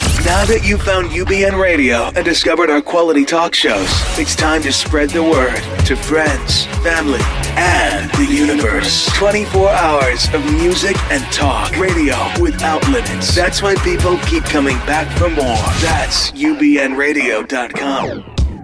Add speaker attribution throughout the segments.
Speaker 1: Now that you've found UBN Radio and discovered our quality talk shows, it's time to spread the word to friends, family, and the universe. 24 hours of music and talk. Radio without limits. That's why people keep coming back for more. That's UBNRadio.com.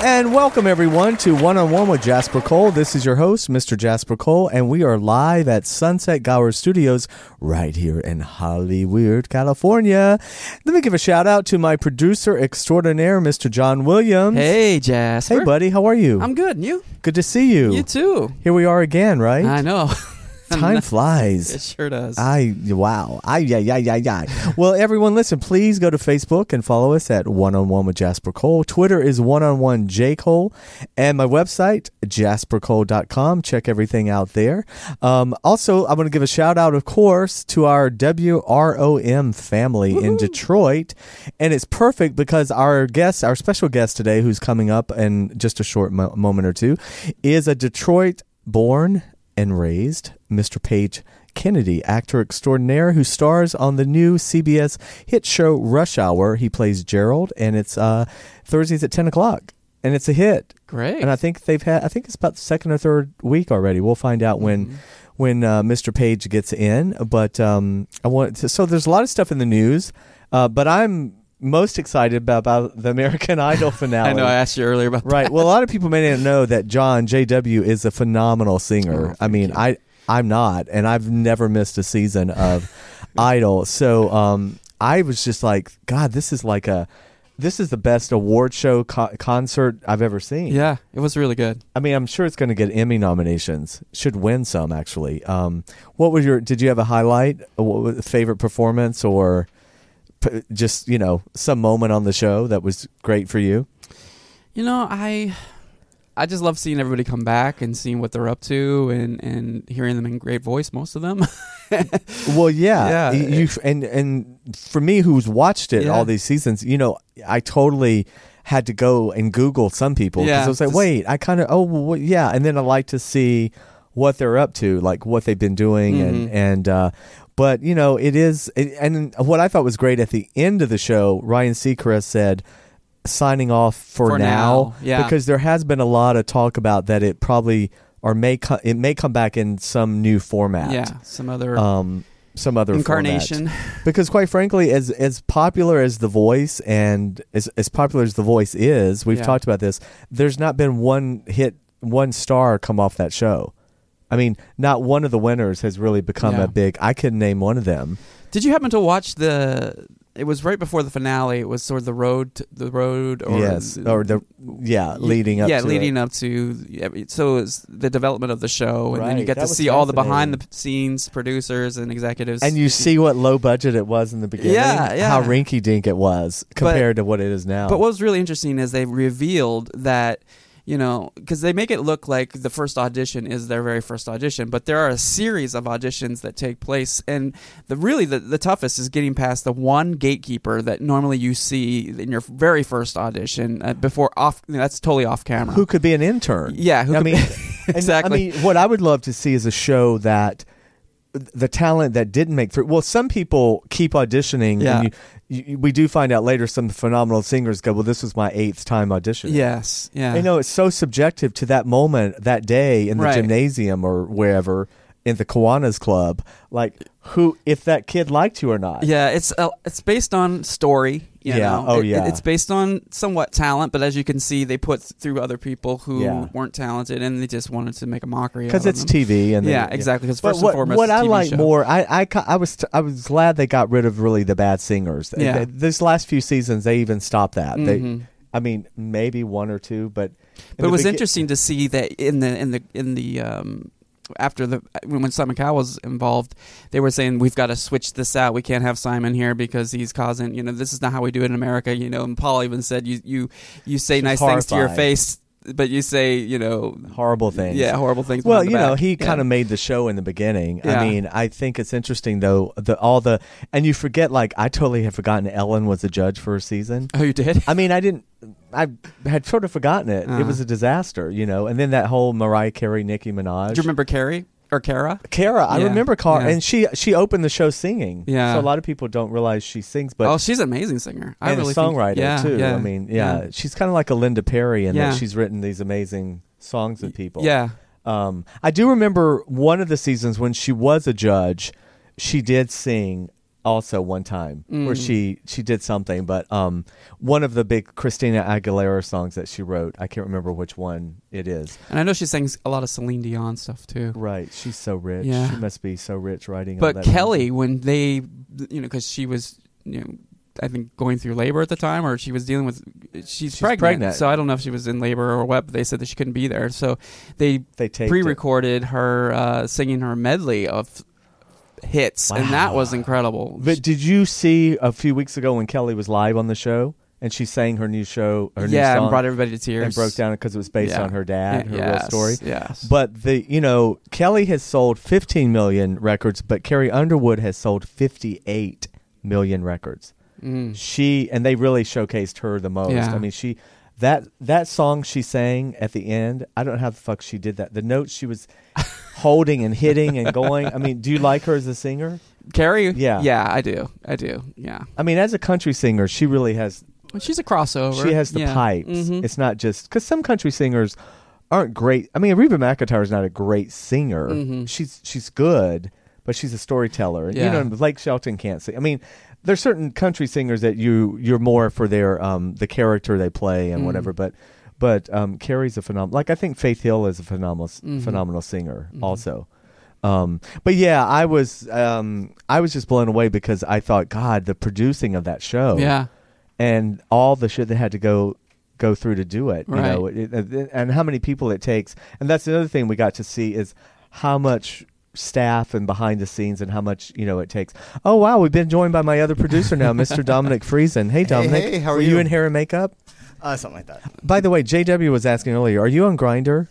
Speaker 2: And welcome everyone to One on One with Jasper Cole. This is your host, Mr. Jasper Cole, and we are live at Sunset Gower Studios right here in Hollywood, California. Let me give a shout out to my producer extraordinaire, Mr. John Williams.
Speaker 3: Hey, Jasper.
Speaker 2: Hey, buddy, how are you?
Speaker 3: I'm good. And you?
Speaker 2: good to see you.
Speaker 3: You too.
Speaker 2: Here we are again, right?
Speaker 3: I know.
Speaker 2: Time flies.
Speaker 3: it sure does.
Speaker 2: I wow. I yeah yeah yeah yeah. well, everyone, listen. Please go to Facebook and follow us at One on One with Jasper Cole. Twitter is One on One J Cole, and my website jaspercole.com. Check everything out there. Um, also, I want to give a shout out, of course, to our WROM family in Detroit, and it's perfect because our guest, our special guest today, who's coming up in just a short mo- moment or two, is a Detroit born and raised Mr. Page Kennedy, actor extraordinaire who stars on the new CBS hit show Rush Hour. He plays Gerald, and it's uh, Thursdays at 10 o'clock. And it's a hit.
Speaker 3: Great.
Speaker 2: And I think they've had, I think it's about the second or third week already. We'll find out when.
Speaker 3: Mm-hmm.
Speaker 2: When uh, Mr. Page gets in, but um, I want to, so there's a lot of stuff in the news, uh, but I'm most excited about, about the American Idol finale.
Speaker 3: I know. I asked you earlier about
Speaker 2: Right. Well, a lot of people may not know that John J.W. is a phenomenal singer. I mean, I I'm not, and I've never missed a season of Idol. So um, I was just like, God, this is like a this is the best award show co- concert I've ever seen.
Speaker 3: that. Yeah, it was really good.
Speaker 2: I mean, I'm sure it's going to get Emmy nominations. Should win some actually. Um, what was your? Did you have a highlight, a wh- favorite performance, or p- just you know some moment on the show that was great for you?
Speaker 3: You know, I I just love seeing everybody come back and seeing what they're up to and and hearing them in great voice, most of them.
Speaker 2: Well, yeah,
Speaker 3: Yeah.
Speaker 2: Y- You and and for me, who's watched it
Speaker 3: Yeah.
Speaker 2: all these seasons, you know, I totally had to go and Google some people because
Speaker 3: Yeah,
Speaker 2: I was like,
Speaker 3: just-
Speaker 2: wait, I kind of oh well, what- yeah, and then I like to see what they're up to, like what they've been doing, and
Speaker 3: Mm-hmm.
Speaker 2: and uh, but you know, it is, it, and what I thought was great at the end of the show, Ryan Seacrest said. Signing off for,
Speaker 3: For now, yeah.
Speaker 2: because there has been a lot of talk about that it probably or may co- it may come back in some new format
Speaker 3: yeah, some other
Speaker 2: um, some other format.
Speaker 3: incarnation.
Speaker 2: Because quite frankly, as as popular as the voice and as as popular as the voice is, we've
Speaker 3: Yeah.
Speaker 2: talked about this. There's not been one hit, one star come off that show. I mean, not one of the winners has really become
Speaker 3: Yeah.
Speaker 2: a big. I couldn't name one of them.
Speaker 3: Did you happen to watch the? It was right before the finale. It was sort of the road, to, the road, or
Speaker 2: yes, or the yeah, leading up.
Speaker 3: yeah,
Speaker 2: to
Speaker 3: leading
Speaker 2: it.
Speaker 3: up to every- so it's the development of the show, and then
Speaker 2: Right,
Speaker 3: you get
Speaker 2: that
Speaker 3: to
Speaker 2: was
Speaker 3: see all the behind the
Speaker 2: fascinating.
Speaker 3: scenes producers and executives,
Speaker 2: And you see what low budget it was in the beginning.
Speaker 3: Yeah, yeah.
Speaker 2: How rinky dink it was compared to what it is now.
Speaker 3: But what was really interesting is they revealed that you know because they make it look like the first audition is their very first audition but there are a series of auditions that take place and the really the, the toughest is getting past the one gatekeeper that normally you see in your very first audition uh, before off that's totally off camera
Speaker 2: who could be an intern?
Speaker 3: yeah who
Speaker 2: I
Speaker 3: could-
Speaker 2: mean, And,
Speaker 3: exactly
Speaker 2: I mean, what I would love to see is a show that the talent that didn't make through. Well, some people keep auditioning,
Speaker 3: Yeah.
Speaker 2: and you, you, we do find out later some phenomenal singers go, "Well, this was my eighth time auditioning."
Speaker 3: yes yeah
Speaker 2: I know it's so subjective to that moment, that day in the
Speaker 3: Right.
Speaker 2: gymnasium or wherever in the Kiwanis Club. Like, who if that kid liked you or not?
Speaker 3: Yeah, it's uh, it's based on story. You
Speaker 2: Yeah,
Speaker 3: Know?
Speaker 2: oh,
Speaker 3: It- it-
Speaker 2: yeah.
Speaker 3: it's based on somewhat talent, but as you can see, they put through other people who
Speaker 2: Yeah.
Speaker 3: weren't talented, and they just wanted to make a mockery.
Speaker 2: because
Speaker 3: out
Speaker 2: it's
Speaker 3: of them.
Speaker 2: TV and they-
Speaker 3: Yeah, exactly, 'cause
Speaker 2: But
Speaker 3: first and
Speaker 2: what,
Speaker 3: foremost,
Speaker 2: what
Speaker 3: it's
Speaker 2: I
Speaker 3: TV
Speaker 2: like
Speaker 3: show.
Speaker 2: more, I, I ca- I was t- I was glad they got rid of really the bad singers. Th-
Speaker 3: Yeah. Mm-hmm.
Speaker 2: th- this last few seasons they even stopped that. They, I mean, maybe one or two, but in
Speaker 3: But
Speaker 2: the
Speaker 3: it was
Speaker 2: begin-
Speaker 3: interesting to see that in the in the in the um, after the when when Simon Cowell was involved, they were saying we've got to switch this out. We can't have Simon here because he's causing. You know, this is not how we do it in America. You know, and Paul even said you you you say
Speaker 2: She's
Speaker 3: nice things to your
Speaker 2: horrified.
Speaker 3: face. but you say you know
Speaker 2: Horrible things.
Speaker 3: yeah horrible things.
Speaker 2: Well,
Speaker 3: behind
Speaker 2: you
Speaker 3: the
Speaker 2: know,
Speaker 3: back.
Speaker 2: he
Speaker 3: Yeah.
Speaker 2: kind of made the show in the beginning.
Speaker 3: Yeah.
Speaker 2: I mean, I think it's interesting though the all the and you forget like I totally had forgotten Ellen was a judge for a season.
Speaker 3: Oh, you did.
Speaker 2: I mean, I didn't. I had sort of forgotten it.
Speaker 3: Uh-huh.
Speaker 2: It was a disaster, you know. And then that whole Mariah Carey, Nicki Minaj.
Speaker 3: Do you remember Carrie or Kara?
Speaker 2: Cara, I
Speaker 3: Yeah,
Speaker 2: remember Cara,
Speaker 3: yeah.
Speaker 2: and she she opened the show singing.
Speaker 3: Yeah.
Speaker 2: so a lot of people don't realize she sings, but
Speaker 3: oh, she's an amazing singer. I
Speaker 2: and
Speaker 3: really
Speaker 2: a
Speaker 3: think-
Speaker 2: songwriter
Speaker 3: yeah,
Speaker 2: too.
Speaker 3: Yeah,
Speaker 2: I mean, yeah, she's kind of like a Linda Perry in
Speaker 3: Yeah.
Speaker 2: that she's written these amazing songs with people.
Speaker 3: yeah.
Speaker 2: Um, I do remember one of the seasons when she was a judge, she did sing also one time where
Speaker 3: Mm.
Speaker 2: she she did something, but um, one of the big Christina Aguilera songs that she wrote, I can't remember which one it is.
Speaker 3: And I know she sings a lot of Celine Dion stuff too.
Speaker 2: Right, she's so rich.
Speaker 3: Yeah.
Speaker 2: She must be so rich writing. all
Speaker 3: But
Speaker 2: that
Speaker 3: Kelly, when they, you know, because she was, you know, I think going through labor at the time, or she was dealing with, she's, pregnant,
Speaker 2: pregnant.
Speaker 3: So I don't know if she was in labor or what. But they said that she couldn't be there, so they
Speaker 2: They taped it.
Speaker 3: pre-recorded her uh, singing her medley of hits, and that
Speaker 2: Wow.
Speaker 3: was incredible.
Speaker 2: But did you see a few weeks ago when Kelly was live on the show and she sang her new show, her new
Speaker 3: yeah,
Speaker 2: song,
Speaker 3: and brought everybody to tears
Speaker 2: and broke down because it was based
Speaker 3: Yeah.
Speaker 2: on her dad, her
Speaker 3: yes,
Speaker 2: real story?
Speaker 3: Yes,
Speaker 2: But the you know Kelly has sold 15 million records, but Carrie Underwood has sold 58 million records. She and they really showcased her the most.
Speaker 3: Mm. Yeah.
Speaker 2: I mean, she that that song she sang at the end. I don't know how the fuck she did that. The notes she was holding and hitting and going. I mean, do you like her as a singer?
Speaker 3: Carrie,
Speaker 2: Yeah.
Speaker 3: yeah, I do, I do, yeah.
Speaker 2: I mean, as a country singer, she really has
Speaker 3: She's a crossover.
Speaker 2: she has the
Speaker 3: yeah.
Speaker 2: pipes.
Speaker 3: Mhm.
Speaker 2: It's not just because some country singers aren't great. I mean, Reba McIntyre is not a great singer. She's she's good, but she's a storyteller.
Speaker 3: Mm-hmm. Yeah.
Speaker 2: You know, Blake Shelton can't sing. I mean, there's certain country singers that you you're more for their um the character they play
Speaker 3: Mm-hmm.
Speaker 2: and whatever, but. But um, Carrie's a phenomenal. Like I think Faith Hill is a phenomenal,
Speaker 3: Mm-hmm.
Speaker 2: phenomenal singer. Also, um, but yeah, I was um, I was just blown away because I thought, God, the producing of that show
Speaker 3: Yeah.
Speaker 2: and all the shit that had to go go through to do it, you
Speaker 3: Right.
Speaker 2: know, it- it- and how many people it takes. And that's another thing we got to see is how much staff and behind the scenes and how much you know it takes. Oh wow, we've been joined by my other producer now, Mr. Dominic Friesen. Hey Dominic,
Speaker 4: hey, how are
Speaker 2: were
Speaker 4: you?
Speaker 2: in hair and makeup?
Speaker 4: Uh, something like that.
Speaker 2: By the way, JW was asking earlier, are you on Grinder?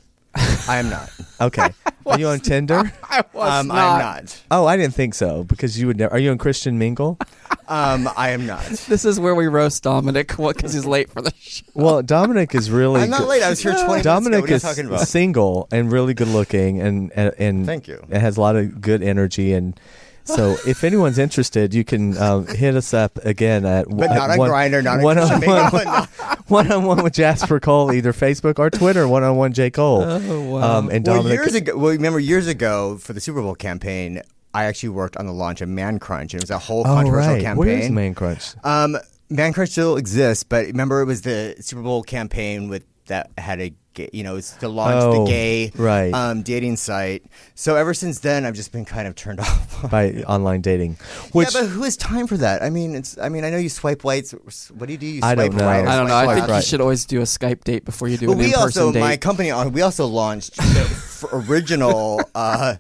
Speaker 4: I am not.
Speaker 2: Okay, are you on Tinder?
Speaker 3: I was
Speaker 4: um, I am not.
Speaker 2: Oh, I didn't think so because you would never. Are you on Christian Mingle?
Speaker 4: Um, I am not.
Speaker 3: This is where we roast Dominic because he's late for the show.
Speaker 2: Well, Dominic is really.
Speaker 4: I'm not
Speaker 2: good-
Speaker 4: late. I was here 20
Speaker 2: Dominic is
Speaker 4: minutes ago. What are you talking about?
Speaker 2: single and really good looking, and and, and
Speaker 4: Thank you.
Speaker 2: It has a lot of good energy, and so if anyone's interested, you can um, hit us up again at
Speaker 4: But not on Grinder, not on
Speaker 2: one on
Speaker 4: Christian Mingle,
Speaker 2: one,
Speaker 4: no.
Speaker 2: one on one with Jasper Cole, either Facebook or Twitter, one on one J Cole.
Speaker 3: Oh, wow.
Speaker 2: Um, and
Speaker 4: Well,
Speaker 2: Dominic,
Speaker 4: years ago, well, remember years ago for the Super Bowl campaign, I actually worked on the launch of Man Crunch, and it was a whole
Speaker 2: oh
Speaker 4: controversial
Speaker 2: right,
Speaker 4: campaign.
Speaker 2: where's Man Crunch?
Speaker 4: Um, Man Crunch still exists, but remember it was the Super Bowl campaign with that had a gay, you know, it's to launch
Speaker 2: Oh,
Speaker 4: the gay
Speaker 2: right.
Speaker 4: um, dating site. So ever since then, I've just been kind of turned off.
Speaker 2: By online dating, which
Speaker 4: yeah, but who has time for that? I mean, it's. I mean, I know you swipe right. What do you do? You
Speaker 2: I
Speaker 4: swipe
Speaker 2: don't know.
Speaker 4: right or
Speaker 3: I don't know.
Speaker 4: swipe
Speaker 3: I think you
Speaker 4: left?
Speaker 3: should always do a Skype date before you do
Speaker 4: But
Speaker 3: an
Speaker 4: we
Speaker 3: in-person
Speaker 4: also,
Speaker 3: date.
Speaker 4: my company, uh, we also launched the f- original uh,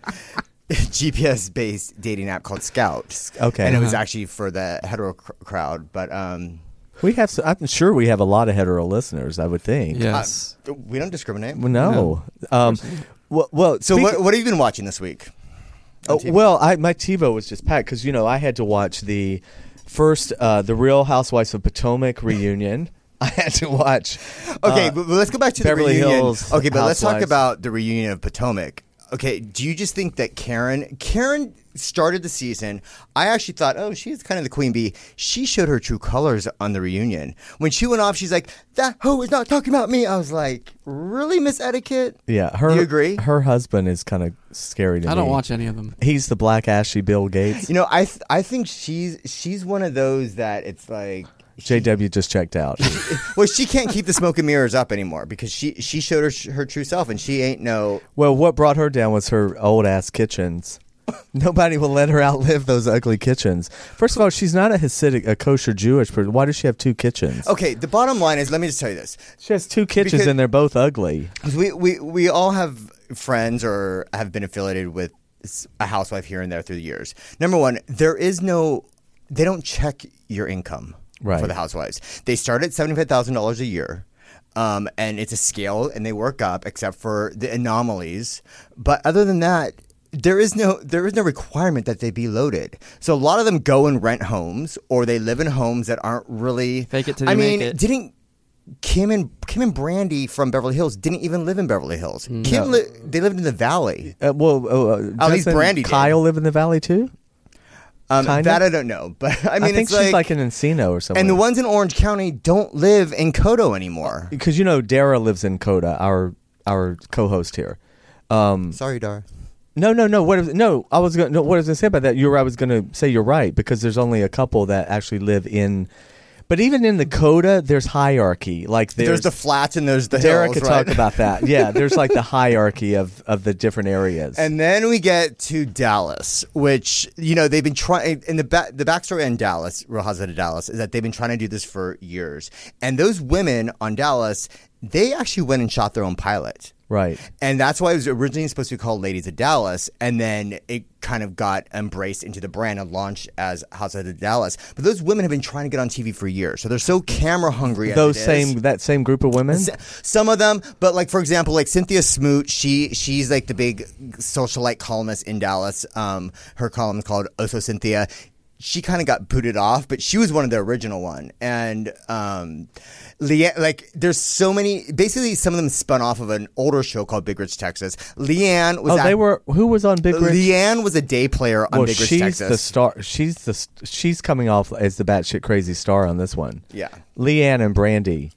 Speaker 4: GPS-based dating app called Scout.
Speaker 2: Okay.
Speaker 4: and it was
Speaker 2: Uh-huh.
Speaker 4: actually for the hetero cr- crowd, but um,
Speaker 2: we have. so- I'm sure we have a lot of hetero listeners. I would think.
Speaker 4: uh,
Speaker 3: yes.
Speaker 4: we don't discriminate.
Speaker 2: Well, No. Um, well, well,
Speaker 4: So,
Speaker 2: speak-
Speaker 4: what, what have you been watching this week?
Speaker 2: Oh, well, I, my TiVo was just packed because you know I had to watch the first uh, the Real Housewives of Potomac reunion. I had to watch.
Speaker 4: Okay,
Speaker 2: uh,
Speaker 4: but but let's go back to
Speaker 2: Beverly
Speaker 4: the reunion.
Speaker 2: Hills
Speaker 4: okay, but let's talk
Speaker 2: Housewives.
Speaker 4: about the reunion of Potomac. Okay, do you just think that Karen Karen started the season? I actually thought, oh, she's kind of the queen bee. She showed her true colors on the reunion. When she went off, she's like, "That hoe is not talking about me." I was like, "Really, Miss Etiquette?"
Speaker 2: yeah, her.
Speaker 4: You agree?
Speaker 2: Her husband is kind of scary to me.
Speaker 3: I don't watch any of them.
Speaker 2: He's the Black Ashy Bill Gates.
Speaker 4: You know, I th- I think she's she's one of those that it's like.
Speaker 2: JW just checked out.
Speaker 4: well, she can't keep the smoke and mirrors up anymore because she she showed her her true self and she ain't no
Speaker 2: well, what brought her down was her old ass kitchens. Nobody will let her outlive those ugly kitchens. First of all, she's not a Hasidic, a kosher Jewish person. Why does she have two kitchens?
Speaker 4: Okay, the bottom line is let me just tell you this.
Speaker 2: She has two kitchens
Speaker 4: Oh, Because-
Speaker 2: and they're both ugly.
Speaker 4: 'Cause we, we, we all have friends or have been affiliated with s- a housewife here and there through the years. Number one, there is no, they don't check your income
Speaker 2: Right.
Speaker 4: for the housewives. They start at $75,000 a year. um, and it's a scale, and they work up except for the anomalies. But other than that, there is no there is no requirement that they be loaded. So a lot of them go and rent homes, or they live in homes that aren't really.
Speaker 3: Fake it till you
Speaker 4: I mean,
Speaker 3: make it.
Speaker 4: didn't Kim and Kim and Brandy from Beverly Hills didn't even live in Beverly Hills. Kim li- they lived in the Valley.
Speaker 2: Uh, well, uh, uh,
Speaker 4: At least
Speaker 2: doesn't
Speaker 4: Oh, Brandy did.
Speaker 2: Kyle live in the valley too.
Speaker 4: Um,
Speaker 2: Kinda?
Speaker 4: that I don't know, but I
Speaker 2: I,
Speaker 4: mean,
Speaker 2: think
Speaker 4: it's
Speaker 2: she's like, in Encino or something.
Speaker 4: and the ones in Orange County don't live in Kodo anymore.
Speaker 2: because you know Dara lives in Coda, our our co-host here. Um,
Speaker 4: Sorry, Dar.
Speaker 2: no, no, no. What? Is, no, I was going. No, what I was going to say about that? You're. I was going to say you're right because there's only a couple that actually live in. But even in the Coda, there's hierarchy. Like
Speaker 4: There's,
Speaker 2: there's,
Speaker 4: the flats and there's the
Speaker 2: Dara
Speaker 4: hills,
Speaker 2: could
Speaker 4: right?
Speaker 2: talk about that. Yeah, there's like the hierarchy of of the different areas.
Speaker 4: And then we get to Dallas, which you know they've been trying. And the ba- the backstory on Dallas, Real Housewives of Dallas, is that they've been trying to do this for years. And those women on Dallas, they actually went and shot their own pilot.
Speaker 2: right.
Speaker 4: And that's why it was originally supposed to be called Ladies of Dallas, and then it kind of got embraced into the brand and launched as House of Dallas. But those women have been trying to get on TV for years, so they're so camera hungry. as
Speaker 2: Those
Speaker 4: it is.
Speaker 2: same that same group of women.
Speaker 4: S- Some of them, but like for example, like Cynthia Smoot, she she's like the big socialite columnist in Dallas. Um, her column is called Oso Cynthia. She kind of got booted off, but she was one of the original one. And um, Leanne, like there's so many. Basically, some of them spun off of an older show called Big Rich Texas. Leanne was
Speaker 2: Oh,
Speaker 4: act-
Speaker 2: they were. Who was on Big Rich?
Speaker 4: Leanne was a day player on
Speaker 2: well,
Speaker 4: Big Rich
Speaker 2: she's
Speaker 4: Texas.
Speaker 2: the star. She's the st- she's coming off as the batshit crazy star on this one.
Speaker 4: Yeah.
Speaker 2: Leanne and Brandy.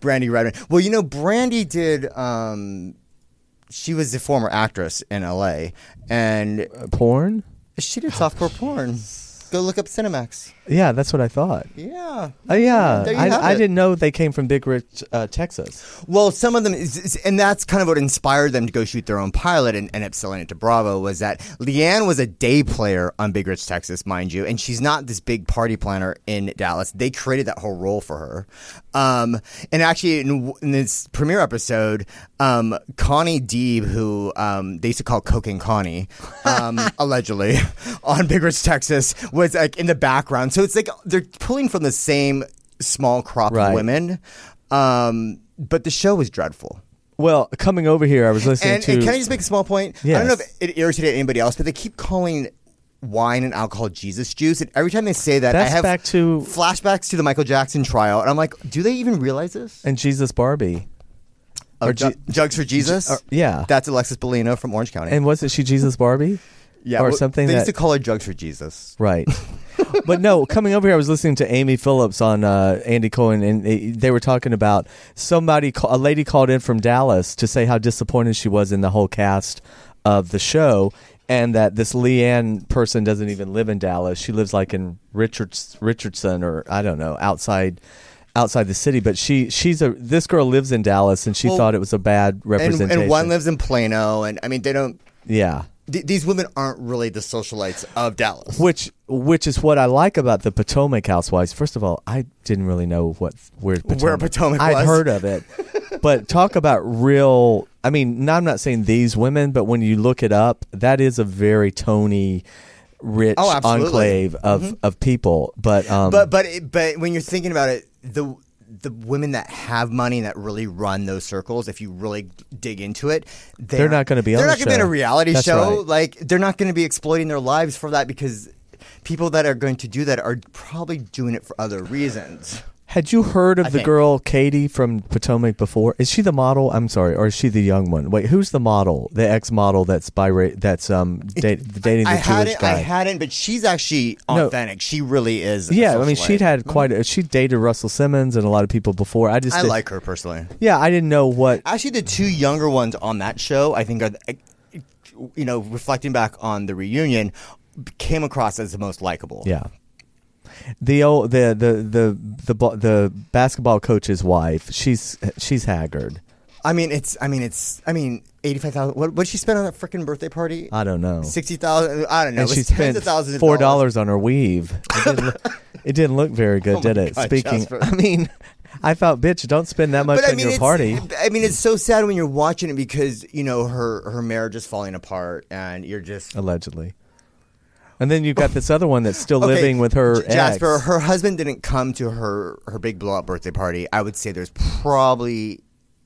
Speaker 4: Brandy Redman. Well, you know, Brandy did. Um, she was a former actress in L.A. and
Speaker 2: Porn?
Speaker 4: She did softcore porn. Go look up Cinemax.
Speaker 2: Yeah, that's what I thought.
Speaker 4: Yeah.
Speaker 2: Oh yeah,
Speaker 4: There you
Speaker 2: I,
Speaker 4: have
Speaker 2: I
Speaker 4: it.
Speaker 2: didn't know they came from Big Rich, uh, Texas.
Speaker 4: Well, some of them, is- is- and that's kind of what inspired them to go shoot their own pilot and end up selling it to Bravo, was that Leanne was a day player on Big Rich, Texas, mind you, and she's not this big party planner in Dallas. They created that whole role for her. Um, and actually, in, w- in this premiere episode, um, Connie Deeb, who um, they used to call Coke and Connie, um, allegedly, on Big Rich, Texas, was like in the background. So it's like they're pulling from the same small crop
Speaker 2: Right.
Speaker 4: of women. Um, but the show was dreadful.
Speaker 2: Well, coming over here, I was listening
Speaker 4: And,
Speaker 2: to.
Speaker 4: and can I just make a small point? I don't know
Speaker 2: Yes.
Speaker 4: if it irritated anybody else, but they keep calling wine and alcohol Jesus juice, and every time they say that,
Speaker 2: That's
Speaker 4: I have
Speaker 2: back to-
Speaker 4: flashbacks to the Michael Jackson trial, and I'm like, do they even realize this?
Speaker 2: and Jesus Barbie,
Speaker 4: Or
Speaker 2: Ju-
Speaker 4: Jugs for Jesus?
Speaker 2: or- yeah.
Speaker 4: that's Alexis Bellino from Orange County,
Speaker 2: and wasn't she Jesus Barbie? or
Speaker 4: well,
Speaker 2: something
Speaker 4: They
Speaker 2: that
Speaker 4: used to call her Jugs for Jesus.
Speaker 2: Right. but no, coming over here, I was listening to Amy Phillips on uh, Andy Cohen, and they- they were talking about somebody, ca- a lady called in from Dallas to say how disappointed she was in the whole cast of the show, and that this Leanne person doesn't even live in Dallas. She lives like in Richards, Richardson, or I don't know, outside outside the city. But she she's a this girl lives in Dallas, and she
Speaker 4: Well,
Speaker 2: thought it was a bad
Speaker 4: And,
Speaker 2: representation.
Speaker 4: and one lives in Plano, and I mean, they don't.
Speaker 2: yeah.
Speaker 4: Th- these women aren't really the socialites of Dallas.
Speaker 2: Which which is what I like about the Potomac Housewives. First of all, I didn't really know what where Potomac,
Speaker 4: Potomac
Speaker 2: I'd
Speaker 4: was.
Speaker 2: heard of it, but talk about real. I mean, now I'm not saying these women, but when you look it up, that is a very Tony rich
Speaker 4: Oh, absolutely. Mm-hmm.
Speaker 2: enclave of of people. But um,
Speaker 4: but but it, but when you're thinking about it, the the women that have money and that really run those circles, if you really dig into it, they're,
Speaker 2: They're not gonna be on
Speaker 4: They're
Speaker 2: the
Speaker 4: not going to be in
Speaker 2: show.
Speaker 4: a reality
Speaker 2: That's
Speaker 4: show.
Speaker 2: right.
Speaker 4: Like they're not going to be exploiting their lives for that because people that are going to do that are probably doing it for other reasons.
Speaker 2: had you heard of
Speaker 4: I
Speaker 2: the
Speaker 4: think-
Speaker 2: girl Katie from Potomac before? Is she the model? I'm sorry, or is she the young one? Wait, who's the model? The ex model that's by ra- that's um date, dating the
Speaker 4: I
Speaker 2: Jewish
Speaker 4: hadn't,
Speaker 2: guy.
Speaker 4: I hadn't, but she's actually
Speaker 2: No.
Speaker 4: authentic. She really is. a
Speaker 2: Yeah, I mean,
Speaker 4: socialite.
Speaker 2: she'd had quite. A, she dated Russell Simmons and a lot of people before. I just
Speaker 4: Mm-hmm. I
Speaker 2: did-
Speaker 4: like her personally.
Speaker 2: Yeah, I didn't know what.
Speaker 4: Actually, the two younger ones on that show, I think, are, you know, reflecting back on the reunion, came across as the most likable.
Speaker 2: Yeah, the old the the the the the, the basketball coach's wife. She's she's haggard.
Speaker 4: I mean, it's, I mean, it's, I mean, eighty-five thousand. What what did she spend on that freaking birthday party?
Speaker 2: I don't know.
Speaker 4: Sixty thousand. I don't know.
Speaker 2: and
Speaker 4: it
Speaker 2: she
Speaker 4: was tens
Speaker 2: spent
Speaker 4: of thousands of
Speaker 2: four dollars on her weave. It didn't, look, it didn't look very good,
Speaker 4: Oh my
Speaker 2: did it?
Speaker 4: God,
Speaker 2: Speaking,
Speaker 4: Jasper.
Speaker 2: I mean, I thought, bitch, don't spend that much
Speaker 4: But
Speaker 2: on
Speaker 4: I mean,
Speaker 2: your
Speaker 4: it's,
Speaker 2: party.
Speaker 4: I mean, it's so sad when you're watching it because you know her her marriage is falling apart, and you're just
Speaker 2: Allegedly, And then you've got this other one that's still
Speaker 4: Okay,
Speaker 2: living with her
Speaker 4: J- Jasper,
Speaker 2: ex.
Speaker 4: her husband didn't come to her her big blow up birthday party. I would say there's probably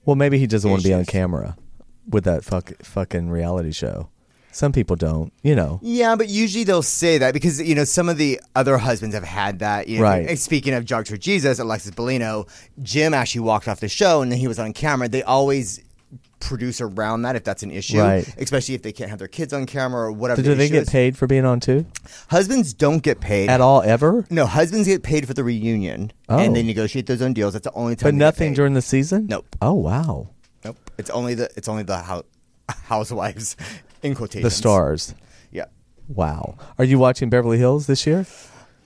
Speaker 2: Well, maybe he doesn't want to be on
Speaker 4: Issues.
Speaker 2: camera with that fuck, fucking reality show. Some people don't, you know.
Speaker 4: yeah, but usually they'll say that because you know some of the other husbands have had that. You know,
Speaker 2: Right.
Speaker 4: and Speaking of Jog for Jesus, Alexis Bellino, Jim actually walked off the show and then he was on camera. They always produce around that if that's an issue,
Speaker 2: Right.
Speaker 4: especially if they can't have their kids on camera or whatever.
Speaker 2: Do, do
Speaker 4: the
Speaker 2: they
Speaker 4: issue
Speaker 2: get
Speaker 4: is.
Speaker 2: paid for being on too?
Speaker 4: Husbands don't get paid
Speaker 2: At all, ever?
Speaker 4: No, husbands get paid for the reunion
Speaker 2: Oh.
Speaker 4: and they negotiate those own deals. That's the only time.
Speaker 2: But
Speaker 4: they get
Speaker 2: nothing
Speaker 4: paid.
Speaker 2: during the season?
Speaker 4: Nope.
Speaker 2: Oh, wow.
Speaker 4: Nope. It's only the it's only the hou- housewives in quotations.
Speaker 2: The stars.
Speaker 4: Yeah.
Speaker 2: Wow. Are you watching Beverly Hills this year?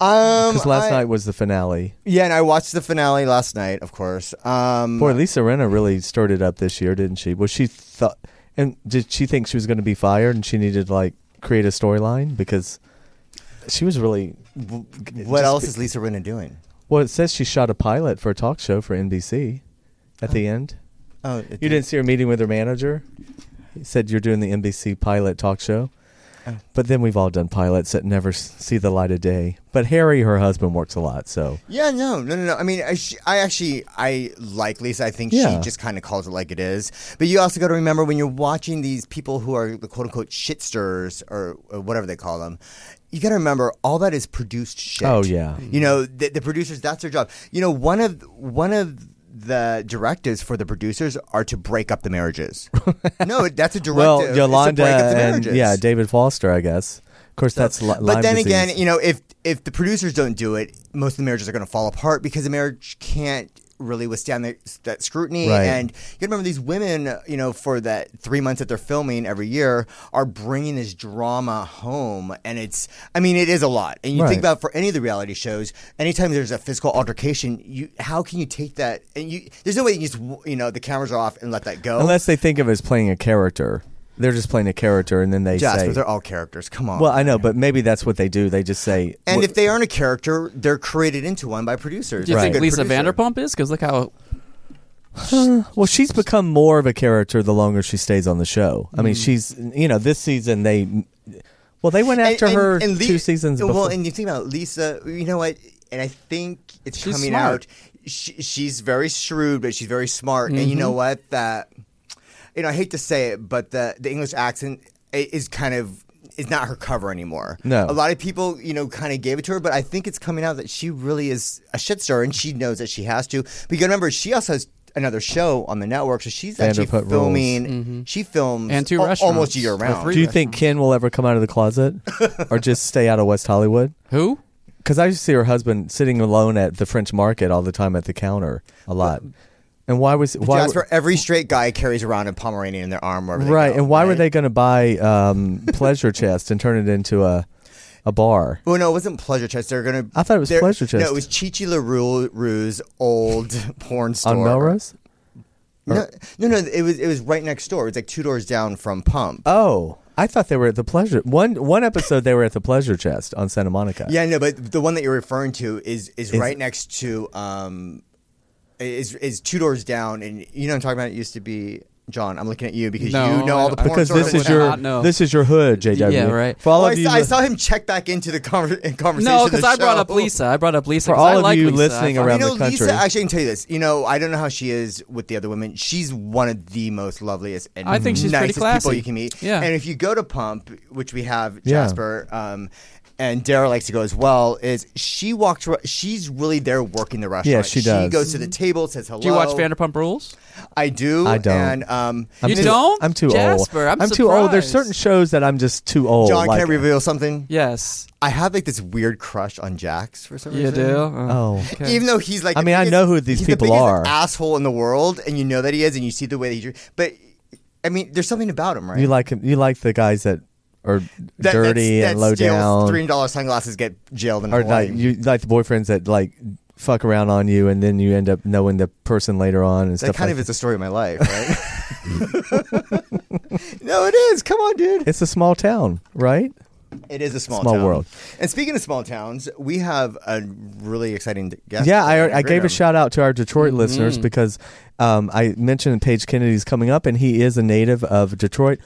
Speaker 4: Um.
Speaker 2: Because last
Speaker 4: I-
Speaker 2: night was the finale.
Speaker 4: Yeah, and I watched the finale last night, of course. Um.
Speaker 2: Boy, Lisa Renna really stirred it up this year, didn't she? Was she thought, and did she think she was going to be fired, and she needed to, like create a storyline because she was really
Speaker 4: what else is Lisa Rinna doing?
Speaker 2: well. It says she shot a pilot for a talk show for NBC. At the end,
Speaker 4: Oh,
Speaker 2: you didn't see her meeting with her manager. He said you're doing the NBC pilot talk show.
Speaker 4: Oh.
Speaker 2: But then we've all done pilots that never s- see the light of day. But Harry, her husband, works a lot, so
Speaker 4: Yeah, no, no, no, no. I mean, I, she, I actually I like Lisa. I think
Speaker 2: Yeah.
Speaker 4: she just kind of calls it like it is. But you also got to remember when you're watching these people who are the quote unquote shitsters or, or whatever they call them. You got to remember all that is produced shit.
Speaker 2: Oh, yeah.
Speaker 4: You know the, the producers. That's their job. You know one of one of the directives for the producers are to break up the marriages. no, that's a directive.
Speaker 2: well,
Speaker 4: is to
Speaker 2: Yolanda
Speaker 4: break up the
Speaker 2: and
Speaker 4: marriages.
Speaker 2: yeah, David Foster, I guess. Of course, that's li-
Speaker 4: But
Speaker 2: Lyme
Speaker 4: then
Speaker 2: disease.
Speaker 4: again, you know, if if the producers don't do it, most of the marriages are going to fall apart because the marriage can't really withstand the, that scrutiny.
Speaker 2: Right.
Speaker 4: And you remember these women, you know, for that three months that they're filming every year, are bringing this drama home, and it's, I mean, it is a lot. And you
Speaker 2: Right.
Speaker 4: think about for any of the reality shows, anytime there's a physical altercation, you how can you take that? And you, there's no way you can just, you know, the cameras are off and let that go.
Speaker 2: Unless they think of it as playing a character. They're just playing a character and then they
Speaker 4: Jasper,
Speaker 2: say
Speaker 4: they're all characters. Come on.
Speaker 2: Well, I know, but maybe that's what they do. They just say
Speaker 4: And
Speaker 2: "Well,
Speaker 4: if they aren't a character, they're created into one by producers.
Speaker 3: Do you
Speaker 4: That's a
Speaker 3: think
Speaker 4: good
Speaker 3: Lisa
Speaker 4: producer.
Speaker 3: Vanderpump is? Because look how
Speaker 2: Well, she's become more of a character the longer she stays on the show. I mean,
Speaker 4: Mm.
Speaker 2: she's you know, this season they well, they went after her
Speaker 4: Li-
Speaker 2: two seasons before.
Speaker 4: Well, and you think about Lisa, you know what? And I think it's
Speaker 3: She's
Speaker 4: coming
Speaker 3: smart.
Speaker 4: out. She, she's very shrewd, but she's very smart. And you
Speaker 2: Mm-hmm.
Speaker 4: know what? That you know, I hate to say it, but the the English accent i- is kind of is not her cover anymore.
Speaker 2: No.
Speaker 4: a lot of people, you know, kind of gave it to her, but I think it's coming out that she really is a shitstar, and she knows that she has to. But you gotta remember, she also has another show on the network, so she's actually
Speaker 2: Vanderput Rules. Mm-hmm.
Speaker 4: filming. She films
Speaker 3: And two
Speaker 4: al-
Speaker 3: restaurants,
Speaker 4: almost year
Speaker 3: or
Speaker 4: round.
Speaker 3: three
Speaker 2: do you think Ken will ever come out of the closet or just stay out of West Hollywood?
Speaker 3: who?
Speaker 2: Because I used to see her husband sitting alone at the French market all the time at the counter a lot. And why was why
Speaker 4: Jasper, every straight guy carries around a Pomeranian in their arm wherever they
Speaker 2: right
Speaker 4: go,
Speaker 2: and why were they going to buy um, pleasure chest and turn it into a a bar
Speaker 4: Well, Oh, no, it wasn't Pleasure Chest. They're gonna.
Speaker 2: I thought it was
Speaker 4: they're-
Speaker 2: Pleasure Chest.
Speaker 4: No, it was Chichi LaRue's old porn store
Speaker 2: on melrose
Speaker 4: No, no, no, it was it was right next door. It was like two doors down from Pump.
Speaker 2: oh i thought they were at the pleasure one one episode they were at the pleasure chest on santa monica
Speaker 4: yeah, no, but the one that you're referring to is is,
Speaker 2: Is-
Speaker 4: right next to um, is is two doors down, and you know what I'm talking about. It used to be John. I'm looking at you because
Speaker 3: No,
Speaker 4: you know
Speaker 3: I-
Speaker 4: all the
Speaker 3: I-
Speaker 4: porn
Speaker 2: because
Speaker 4: stores.
Speaker 2: this
Speaker 3: I
Speaker 4: and
Speaker 2: is
Speaker 3: did
Speaker 2: your
Speaker 3: not know.
Speaker 2: this is your hood jw
Speaker 3: Yeah, right.
Speaker 2: for all
Speaker 4: Oh, I,
Speaker 2: of you
Speaker 4: saw, I saw him check back into the Oh. conver- conversation.
Speaker 3: No,
Speaker 4: because
Speaker 3: because I brought up Lisa. I brought up Lisa.
Speaker 2: For
Speaker 3: 'cause I
Speaker 2: all of
Speaker 3: like
Speaker 2: you
Speaker 3: Lisa.
Speaker 2: listening
Speaker 3: I
Speaker 2: around
Speaker 3: find-
Speaker 4: you know,
Speaker 2: the country.
Speaker 4: Lisa, actually, I can tell you this. You know, I don't know how she is with the other women. She's one of the most loveliest and
Speaker 3: I think she's pretty
Speaker 4: nicest people
Speaker 3: classy.
Speaker 4: you can meet.
Speaker 3: Yeah.
Speaker 4: And if you go to Pump, which we have
Speaker 2: Yeah.
Speaker 4: Jasper, um, and Dara likes to go as well, is she walks? ar- She's really there working the restaurant.
Speaker 2: she does.
Speaker 4: She goes to the table, says hello.
Speaker 3: Do you watch Vanderpump Rules?
Speaker 4: I do.
Speaker 2: I don't.
Speaker 4: And um,
Speaker 2: I'm
Speaker 3: You
Speaker 2: too,
Speaker 3: don't?
Speaker 2: i'm too
Speaker 3: Jasper,
Speaker 2: old
Speaker 3: I'm
Speaker 2: too old there's
Speaker 3: surprised.
Speaker 2: certain shows that i'm just too old
Speaker 4: John,
Speaker 2: like-
Speaker 4: can I reveal something?
Speaker 3: Yes,
Speaker 4: I have like this weird crush on Jax for some
Speaker 3: you
Speaker 4: reason.
Speaker 3: do. Uh-huh.
Speaker 2: oh
Speaker 3: Okay.
Speaker 4: Even though he's like,
Speaker 2: I
Speaker 4: the
Speaker 2: mean, I
Speaker 4: biggest-
Speaker 2: know who these
Speaker 4: he's
Speaker 2: people
Speaker 4: the biggest
Speaker 2: are.
Speaker 4: Asshole in the world, and you know that he is, and you see the way that he. dr- But I mean, there's something about him, right?
Speaker 2: you like him you like the guys that are
Speaker 4: That-
Speaker 2: dirty
Speaker 4: that's-
Speaker 2: and
Speaker 4: that
Speaker 2: low
Speaker 4: steals
Speaker 2: down
Speaker 4: Three dollar sunglasses get jailed in
Speaker 2: or
Speaker 4: Hawaii.
Speaker 2: like you like the boyfriends that like fuck around on you and then you end up knowing the person later on and
Speaker 4: that
Speaker 2: stuff
Speaker 4: kind
Speaker 2: like
Speaker 4: of is the story of my life, right? no, it is. Come on, dude.
Speaker 2: it's a small town right
Speaker 4: It is a small,
Speaker 2: Small
Speaker 4: town.
Speaker 2: world.
Speaker 4: And speaking of small towns, we have a really exciting guest.
Speaker 2: yeah
Speaker 4: I've
Speaker 2: i, I gave
Speaker 4: written.
Speaker 2: a shout out to our detroit listeners because um, i mentioned paige kennedy's coming up and he is a native of detroit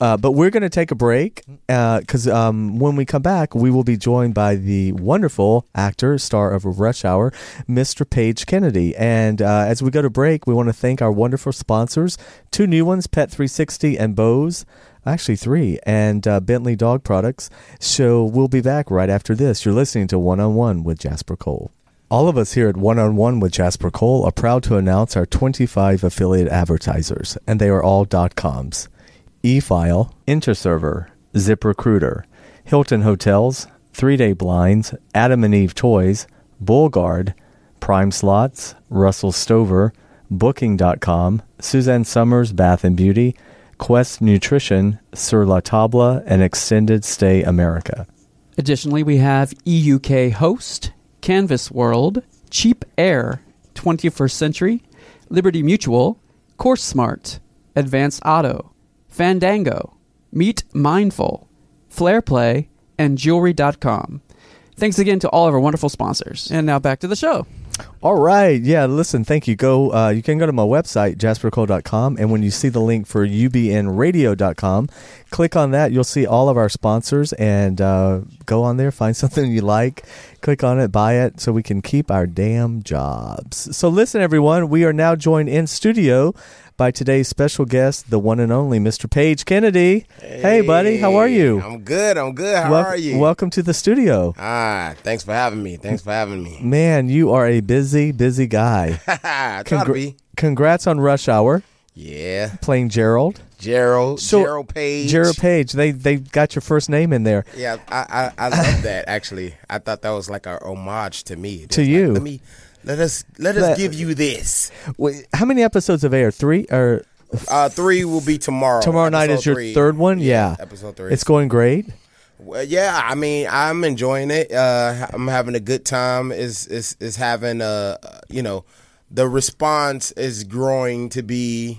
Speaker 2: Uh, but we're going to take a break because um, when we come back, we will be joined by the wonderful actor, star of Rush Hour, Mr. Paige Kennedy. And uh, as we go to break, we want to thank our wonderful sponsors two new ones, Pet360 and Bose. Actually, three, and uh, Bentley Dog Products. So we'll be back right after this. You're listening to One on One with Jasper Cole. All of us here at One on One with Jasper Cole are proud to announce our 25 affiliate advertisers, and they are all .coms. eFile, InterServer, ZipRecruiter, Hilton Hotels, 3-Day Blinds, Adam and Eve Toys, Bullguard, Prime Slots, Russell Stover, Booking.com, Suzanne Summers Bath and Beauty, Quest Nutrition, Sur La Table, and Extended Stay America.
Speaker 3: Additionally, we have EUK Host, Canvas World, Cheap Air, 21st Century, Liberty Mutual, Course Smart, Advanced Auto, Fandango, Meet Mindful, Flair Play, and Jewelry.com. Thanks again to all of our wonderful sponsors. And now back to the show.
Speaker 2: All right. Yeah, listen, thank you. Go uh, you can go to my website jaspercole.com and when you see the link for ubnradio.com, click on that. You'll see all of our sponsors and uh, go on there, find something you like, click on it, buy it so we can keep our damn jobs. So listen everyone, we are now joined in studio by today's special guest, the one and only Mr. Paige Kennedy. Hey, buddy, how are you?
Speaker 5: I'm good. I'm good. How
Speaker 2: Wel-
Speaker 5: are you?
Speaker 2: Welcome to the studio.
Speaker 5: ah, thanks for having me. Thanks for having me.
Speaker 2: Man, you are a busy, busy guy.
Speaker 5: I try to
Speaker 2: Congra-
Speaker 5: be.
Speaker 2: Congrats on Rush Hour
Speaker 5: Yeah,
Speaker 2: playing Gerald.
Speaker 5: Gerald.
Speaker 2: So-
Speaker 5: Gerald Page.
Speaker 2: Gerald Page. They they got your first name in there.
Speaker 5: Yeah, I, I I love that. Actually, I thought that was like a homage to me. It's
Speaker 2: To
Speaker 5: like,
Speaker 2: you.
Speaker 5: Let me. Let us let us
Speaker 2: Let-
Speaker 5: give you this.
Speaker 2: Wait, how many episodes of air? Three or
Speaker 5: Uh, three will be tomorrow.
Speaker 2: tomorrow night
Speaker 5: Episode
Speaker 2: is your
Speaker 5: three.
Speaker 2: third one? Yeah,
Speaker 5: episode three.
Speaker 2: It's going great.
Speaker 5: Well, yeah, I mean, I'm enjoying it. Uh, I'm having a good time. Is is is having uh you know, the response is growing to be,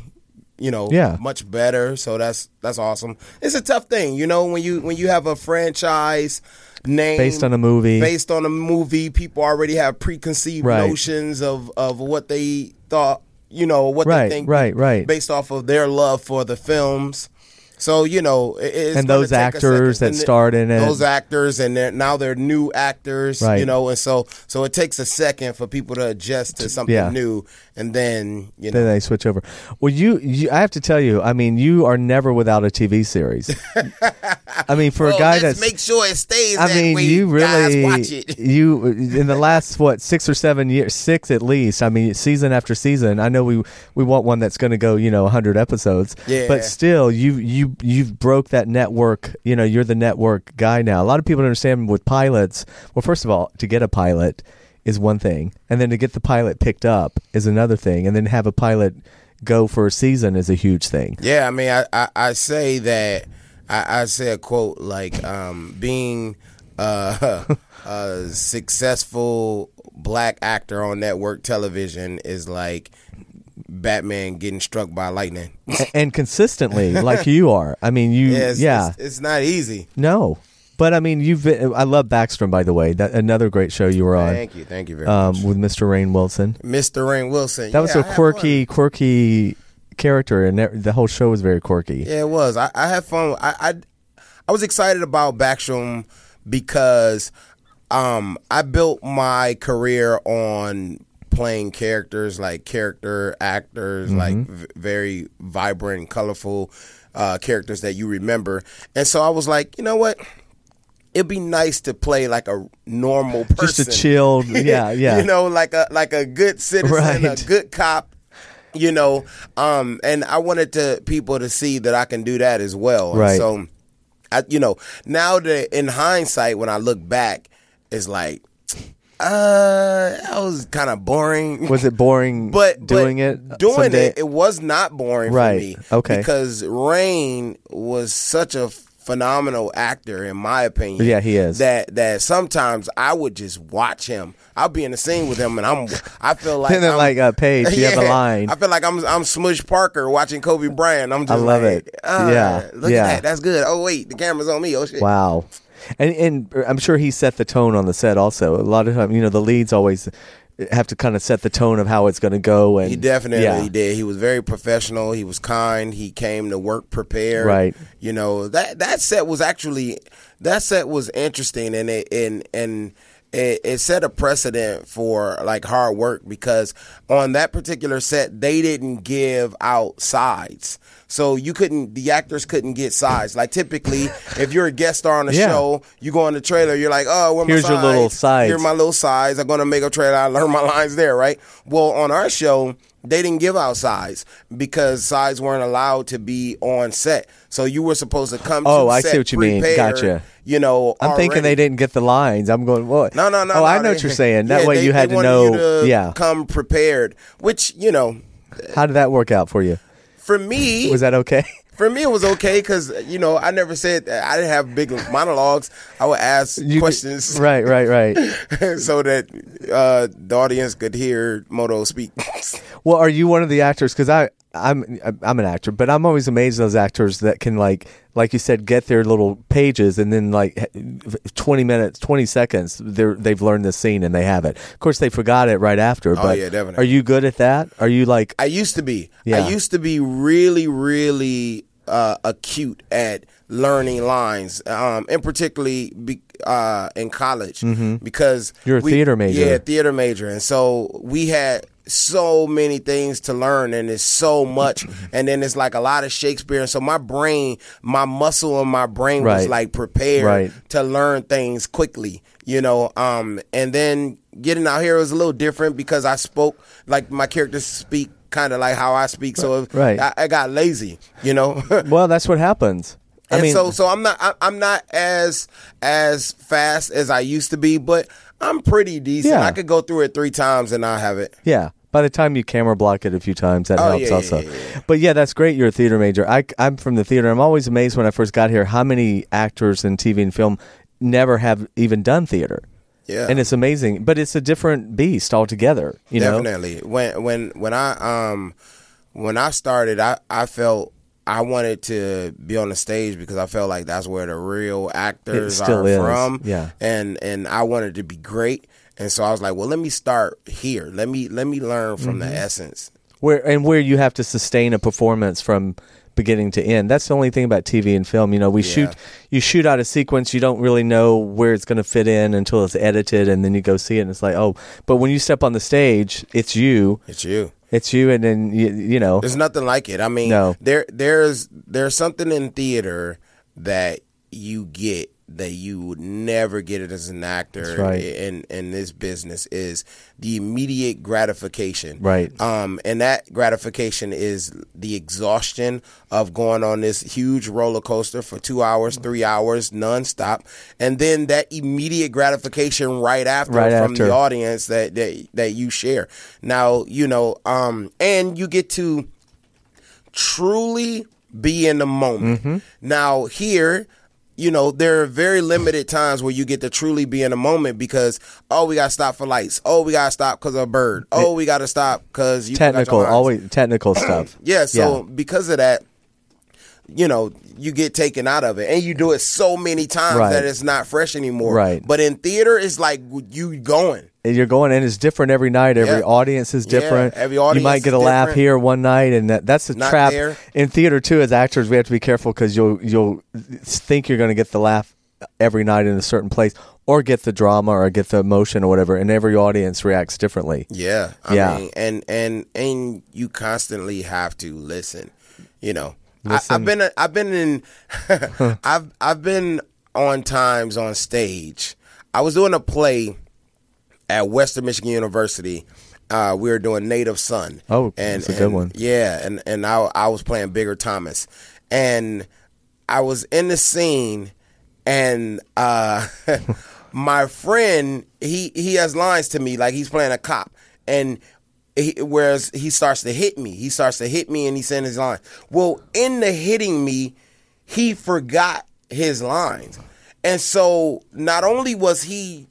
Speaker 5: you know,
Speaker 2: Yeah.
Speaker 5: much better. So that's that's awesome. It's a tough thing, you know, when you when you have a franchise name
Speaker 2: Based on a movie.
Speaker 5: based on a movie, people already have preconceived
Speaker 2: Right.
Speaker 5: notions of of what they thought, you know, what
Speaker 2: Right,
Speaker 5: they think,
Speaker 2: right, right.
Speaker 5: based off of their love for the films. So you know, it, it's
Speaker 2: And
Speaker 5: gonna
Speaker 2: those
Speaker 5: take a
Speaker 2: actors
Speaker 5: second.
Speaker 2: that
Speaker 5: And
Speaker 2: starred in it.
Speaker 5: those actors, and they're, now they're new actors,
Speaker 2: Right.
Speaker 5: you know, and so so it takes a second for people to adjust to something
Speaker 2: yeah.
Speaker 5: new, and then you know,
Speaker 2: Then they switch over. Well, you, you, I have to tell you, I mean, you are never without a TV series. I mean, for a
Speaker 5: "Oh,
Speaker 2: guy
Speaker 5: let's
Speaker 2: that's,
Speaker 5: make sure it stays.
Speaker 2: I
Speaker 5: that
Speaker 2: mean,
Speaker 5: way,
Speaker 2: you really,
Speaker 5: guys watch it.
Speaker 2: you in the last what six or seven years, six at least. I mean, season after season. I know we we want one that's going to go, you know, hundred episodes.
Speaker 5: Yeah.
Speaker 2: But still, you you you've broke that network. You know, you're the network guy now. A lot of people don't understand with pilots. Well, first of all, to get a pilot is one thing, and then to get the pilot picked up is another thing, and then have a pilot go for a season is a huge thing.
Speaker 5: Yeah, I mean, I, I, I say that I, I say a quote like um, being uh, a successful black actor on network television is like Batman getting struck by lightning.
Speaker 2: A- and consistently, like you are. I mean, you
Speaker 5: Yes,
Speaker 2: Mm, yeah.
Speaker 5: it's, it's not easy.
Speaker 2: No, but I mean, you've. Been, I love Backstrom, by the way. That another great show you were on
Speaker 5: Thank you, thank you very
Speaker 2: um,
Speaker 5: much,
Speaker 2: with Mr. Rain Wilson.
Speaker 5: Mr. Rain Wilson.
Speaker 2: That was
Speaker 5: Yeah,
Speaker 2: a
Speaker 5: I had
Speaker 2: quirky, quirky character, and that- the whole show was very quirky.
Speaker 5: Yeah, it was. I, I had fun. I, I I was excited about Backstrom because um, I built my career on playing characters like character actors,
Speaker 2: Mm-hmm.
Speaker 5: like v- very vibrant, colorful uh, characters that you remember. And so I was like, you know what? It'd be nice to play like a normal person.
Speaker 2: Just a chilled, yeah, yeah.
Speaker 5: you know, like a like a good citizen,
Speaker 2: Right.
Speaker 5: a good cop. You know, um, and I wanted to people to see that I can do that as well. And
Speaker 2: Right.
Speaker 5: so, I, you know, now that in hindsight, when I look back, it's like, uh, that was kind of boring.
Speaker 2: Was it boring?
Speaker 5: but
Speaker 2: doing
Speaker 5: but
Speaker 2: it, uh,
Speaker 5: doing
Speaker 2: someday-
Speaker 5: it, it was not boring
Speaker 2: Right.
Speaker 5: for me.
Speaker 2: Okay.
Speaker 5: because Rain was such a phenomenal actor, in my opinion.
Speaker 2: Yeah, he is.
Speaker 5: That that sometimes I would just watch him. I'll be in the scene with him, and I'm I feel like
Speaker 2: Then they're
Speaker 5: I'm,
Speaker 2: like, uh, Paige, you have a line.
Speaker 5: I feel like I'm I'm Smush Parker watching Kobe Bryant. I'm just
Speaker 2: I love
Speaker 5: like,
Speaker 2: it.
Speaker 5: "Ah,
Speaker 2: Yeah,
Speaker 5: look
Speaker 2: yeah.
Speaker 5: at that. That's good. Oh wait, the camera's on me. Oh shit.
Speaker 2: Wow. And, and I'm sure he set the tone on the set also. A lot of time, you know, the leads always have to kind of set the tone of how it's going to go. And
Speaker 5: He definitely
Speaker 2: yeah.
Speaker 5: did. He was very professional. He was kind. He came to work prepared.
Speaker 2: Right.
Speaker 5: You know that that set was actually that set was interesting, and it and and it, it set a precedent for like hard work because on that particular set they didn't give out sides. So you couldn't, the actors couldn't get sides. Like typically, if you're a guest star on a
Speaker 2: Yeah.
Speaker 5: show, you go on the trailer, you're like, oh, where my
Speaker 2: Here's your little sides.
Speaker 5: Here my little sides. I'm gonna make a trailer. I learn my lines there, right? Well, on our show, they didn't give out sides because sides weren't allowed to be on set. So you were supposed to come.
Speaker 2: Oh,
Speaker 5: to
Speaker 2: I see
Speaker 5: set
Speaker 2: what you mean.
Speaker 5: prepared,
Speaker 2: Gotcha.
Speaker 5: You know,
Speaker 2: I'm thinking they
Speaker 5: already.
Speaker 2: didn't get the lines. I'm going, what?
Speaker 5: No, no, no.
Speaker 2: Oh,
Speaker 5: no,
Speaker 2: I know
Speaker 5: they-
Speaker 2: what you're saying. That
Speaker 5: yeah,
Speaker 2: way
Speaker 5: they-
Speaker 2: you had
Speaker 5: they
Speaker 2: to
Speaker 5: wanted you
Speaker 2: know.
Speaker 5: to
Speaker 2: yeah.
Speaker 5: come prepared. Which you know,
Speaker 2: How did that work out for you?
Speaker 5: for me,
Speaker 2: Was that okay?
Speaker 5: for me, it was okay because you know I never said I didn't have big monologues. I would ask
Speaker 2: You-
Speaker 5: questions.
Speaker 2: Right, right, right.
Speaker 5: so that uh, the audience could hear Moto speak.
Speaker 2: Well, are you one of the actors? Because I, I'm, I'm an actor, but I'm always amazed at those actors that can like, like you said, get their little pages and then like, twenty minutes, twenty seconds, they're they've learned the scene and they have it. Of course, they forgot it right after. but
Speaker 5: Oh, yeah, definitely.
Speaker 2: Are you good at that? Are you like,
Speaker 5: I used to be.
Speaker 2: Yeah.
Speaker 5: I used to be really, really uh, acute at learning lines, um, and particularly be, uh, in college because
Speaker 2: Mm-hmm. You're a theater major.
Speaker 5: Yeah, theater major, and so we had so many things to learn and it's so much and then it's like a lot of shakespeare and so my brain my muscle in my brain was
Speaker 2: Right.
Speaker 5: like prepared
Speaker 2: Right.
Speaker 5: to learn things quickly, you know. Um, and then getting out here was a little different because I spoke like my characters speak kind of like how I speak, so if-
Speaker 2: Right.
Speaker 5: I, I got lazy, you know.
Speaker 2: well, that's what happens. I
Speaker 5: and
Speaker 2: mean,
Speaker 5: so, so I'm not, I, I'm not as as fast as I used to be, but I'm pretty decent.
Speaker 2: Yeah.
Speaker 5: I could go through it three times and I have it.
Speaker 2: Yeah. By the time you camera block it a few times, that
Speaker 5: Oh,
Speaker 2: helps
Speaker 5: yeah, yeah,
Speaker 2: also.
Speaker 5: yeah,
Speaker 2: But yeah, that's great. You're a theater major. I, I'm from the theater. I'm always amazed when I first got here how many actors in TV and film never have even done theater.
Speaker 5: Yeah.
Speaker 2: And it's amazing, but it's a different beast altogether. You know,
Speaker 5: definitely when when when i um when i started i i felt i wanted to be on the stage because i felt like that's where the real actors
Speaker 2: still
Speaker 5: are
Speaker 2: is,
Speaker 5: from
Speaker 2: yeah.
Speaker 5: and and i wanted to be great and so i was like well let me start here let me let me learn from
Speaker 2: Mm-hmm.
Speaker 5: the essence
Speaker 2: where and where you have to sustain a performance from beginning to end. That's the only thing about TV and film. You know, we shoot you shoot out a sequence, you don't really know where it's going to fit in until it's edited, and then you go see it, and it's like, oh. But when you step on the stage, it's you.
Speaker 5: it's you
Speaker 2: It's you, and then you, you know.
Speaker 5: There's nothing like it. I mean,
Speaker 2: No.
Speaker 5: there there's there's something in theater that you get that you would never get it as an actor
Speaker 2: right.
Speaker 5: in in this business is the immediate gratification.
Speaker 2: Right.
Speaker 5: Um and that gratification is the exhaustion of going on this huge roller coaster for 2 hours, 3 hours nonstop and then that immediate gratification right after
Speaker 2: Right
Speaker 5: from
Speaker 2: after.
Speaker 5: the audience that that that you share. Now, you know, um and you get to truly be in the moment.
Speaker 2: Mm-hmm.
Speaker 5: Now, here, you know, there are very limited times where you get to truly be in the moment because, oh, we got to stop for lights. Oh, we got to stop because of a bird. Oh, we got to stop because you forgot your
Speaker 2: technical,
Speaker 5: lines.
Speaker 2: always technical stuff.
Speaker 5: Yeah, so because of that, you know, you get taken out of it, and you do it so many times
Speaker 2: Right.
Speaker 5: that it's not fresh anymore.
Speaker 2: Right.
Speaker 5: But in theater, it's like you going.
Speaker 2: And you're going and it's different every night. Every
Speaker 5: Yeah.
Speaker 2: audience is
Speaker 5: Yeah,
Speaker 2: different.
Speaker 5: every audience
Speaker 2: you might get a
Speaker 5: is
Speaker 2: laugh
Speaker 5: different.
Speaker 2: here one night, and that, that's a
Speaker 5: Not
Speaker 2: trap
Speaker 5: there.
Speaker 2: in theater too. As actors, we have to be careful because you'll you'll think you're going to get the laugh every night in a certain place, or get the drama, or get the emotion, or whatever. And every audience reacts differently.
Speaker 5: Yeah, I
Speaker 2: Yeah.
Speaker 5: Mean, and and and you constantly have to listen. You know, I,
Speaker 2: Listen.
Speaker 5: I've been a, I've been in I've I've been on times on stage. I was doing a play at Western Michigan University. Uh, we were doing Native Son.
Speaker 2: Oh, that's a good
Speaker 5: and-
Speaker 2: one.
Speaker 5: Yeah, and and I I was playing Bigger Thomas, and I was in the scene, and uh, my friend he he has lines to me like he's playing a cop, and he, whereas he starts to hit me, he starts to hit me, and he's saying his line. Well, in the hitting me, he forgot his lines, and so not only was he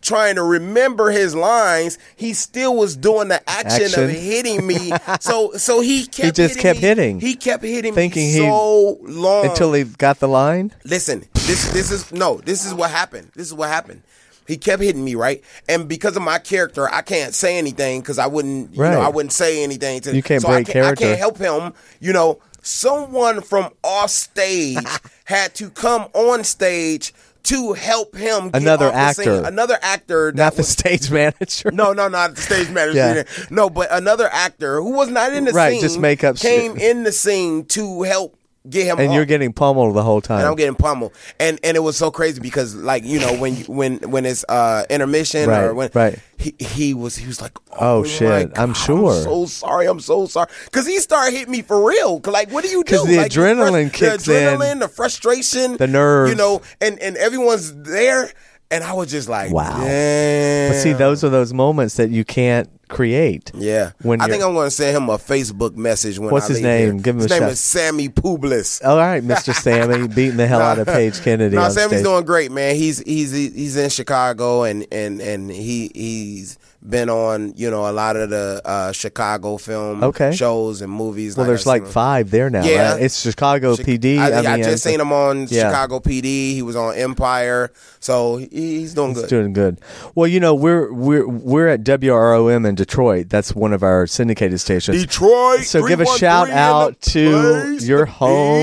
Speaker 5: trying to remember his lines, he still was doing the action,
Speaker 2: Action.
Speaker 5: of hitting me. so so he kept
Speaker 2: just
Speaker 5: hitting
Speaker 2: kept
Speaker 5: me.
Speaker 2: hitting.
Speaker 5: He kept hitting
Speaker 2: Thinking
Speaker 5: me
Speaker 2: he-
Speaker 5: so long
Speaker 2: Until they got the line,
Speaker 5: Listen, this this is no, this is what happened. This is what happened. He kept hitting me, right? And because of my character, I can't say anything because I wouldn't, you
Speaker 2: Right.
Speaker 5: know, I wouldn't say anything. To,
Speaker 2: You can't
Speaker 5: so
Speaker 2: break
Speaker 5: I can't, I
Speaker 2: character.
Speaker 5: can't help him. You know, someone from off stage had to come on stage to help him. get
Speaker 2: Another
Speaker 5: off the scene.
Speaker 2: actor.
Speaker 5: another actor,
Speaker 2: Not
Speaker 5: that
Speaker 2: the
Speaker 5: was
Speaker 2: stage manager.
Speaker 5: no, no, not the stage manager.
Speaker 2: Yeah.
Speaker 5: No, but another actor who was not in the
Speaker 2: Right,
Speaker 5: scene,
Speaker 2: just make up shit.
Speaker 5: came in the scene to help get him.
Speaker 2: And you're
Speaker 5: off.
Speaker 2: getting pummeled the whole time.
Speaker 5: uh, And I'm getting pummeled, and and it was so crazy because like you know when you- when when it's uh intermission
Speaker 2: Right,
Speaker 5: or when
Speaker 2: right.
Speaker 5: he he was he was like
Speaker 2: Oh,
Speaker 5: oh, my
Speaker 2: shit,
Speaker 5: God,
Speaker 2: I'm sure."
Speaker 5: so sorry I'm so sorry because he started hitting me for real 'Cause, like what do you do
Speaker 2: 'Cause the
Speaker 5: Like, you're
Speaker 2: adrenaline kicks
Speaker 5: the
Speaker 2: in.
Speaker 5: adrenaline the frustration
Speaker 2: The nerves.
Speaker 5: you know and and everyone's there and I was just like
Speaker 2: Wow.
Speaker 5: damn.
Speaker 2: But see, those are those moments that you can't create.
Speaker 5: uh, Yeah,
Speaker 2: When
Speaker 5: I think
Speaker 2: you're-
Speaker 5: I'm going to send him a Facebook message when
Speaker 2: What's
Speaker 5: I
Speaker 2: his
Speaker 5: leave here.
Speaker 2: name? Give him
Speaker 5: his
Speaker 2: a
Speaker 5: name
Speaker 2: shout.
Speaker 5: is Sammy Publis.
Speaker 2: All right, Mr. Sammy, beating the hell out of Paige Kennedy.
Speaker 5: No,
Speaker 2: on
Speaker 5: Sammy's
Speaker 2: stage.
Speaker 5: doing great, man. He's he's he's in Chicago and and and he he's been on you know a lot of the uh, Chicago film
Speaker 2: Okay.
Speaker 5: shows and movies.
Speaker 2: Well,
Speaker 5: I've
Speaker 2: there's
Speaker 5: seen
Speaker 2: like
Speaker 5: him.
Speaker 2: five there now.
Speaker 5: Yeah.
Speaker 2: right? it's Chicago
Speaker 5: Chi-
Speaker 2: PD.
Speaker 5: I, I
Speaker 2: mean,
Speaker 5: just
Speaker 2: it's-
Speaker 5: seen him on
Speaker 2: Yeah.
Speaker 5: Chicago PD. He was on Empire, so he, he's doing
Speaker 2: It's
Speaker 5: good.
Speaker 2: doing good. Well, you know, we're we're we're at WROM in Detroit. That's one of our syndicated stations.
Speaker 5: Detroit.
Speaker 2: So give a
Speaker 5: 313
Speaker 2: shout
Speaker 5: in the
Speaker 2: out to
Speaker 5: place
Speaker 2: your
Speaker 5: be.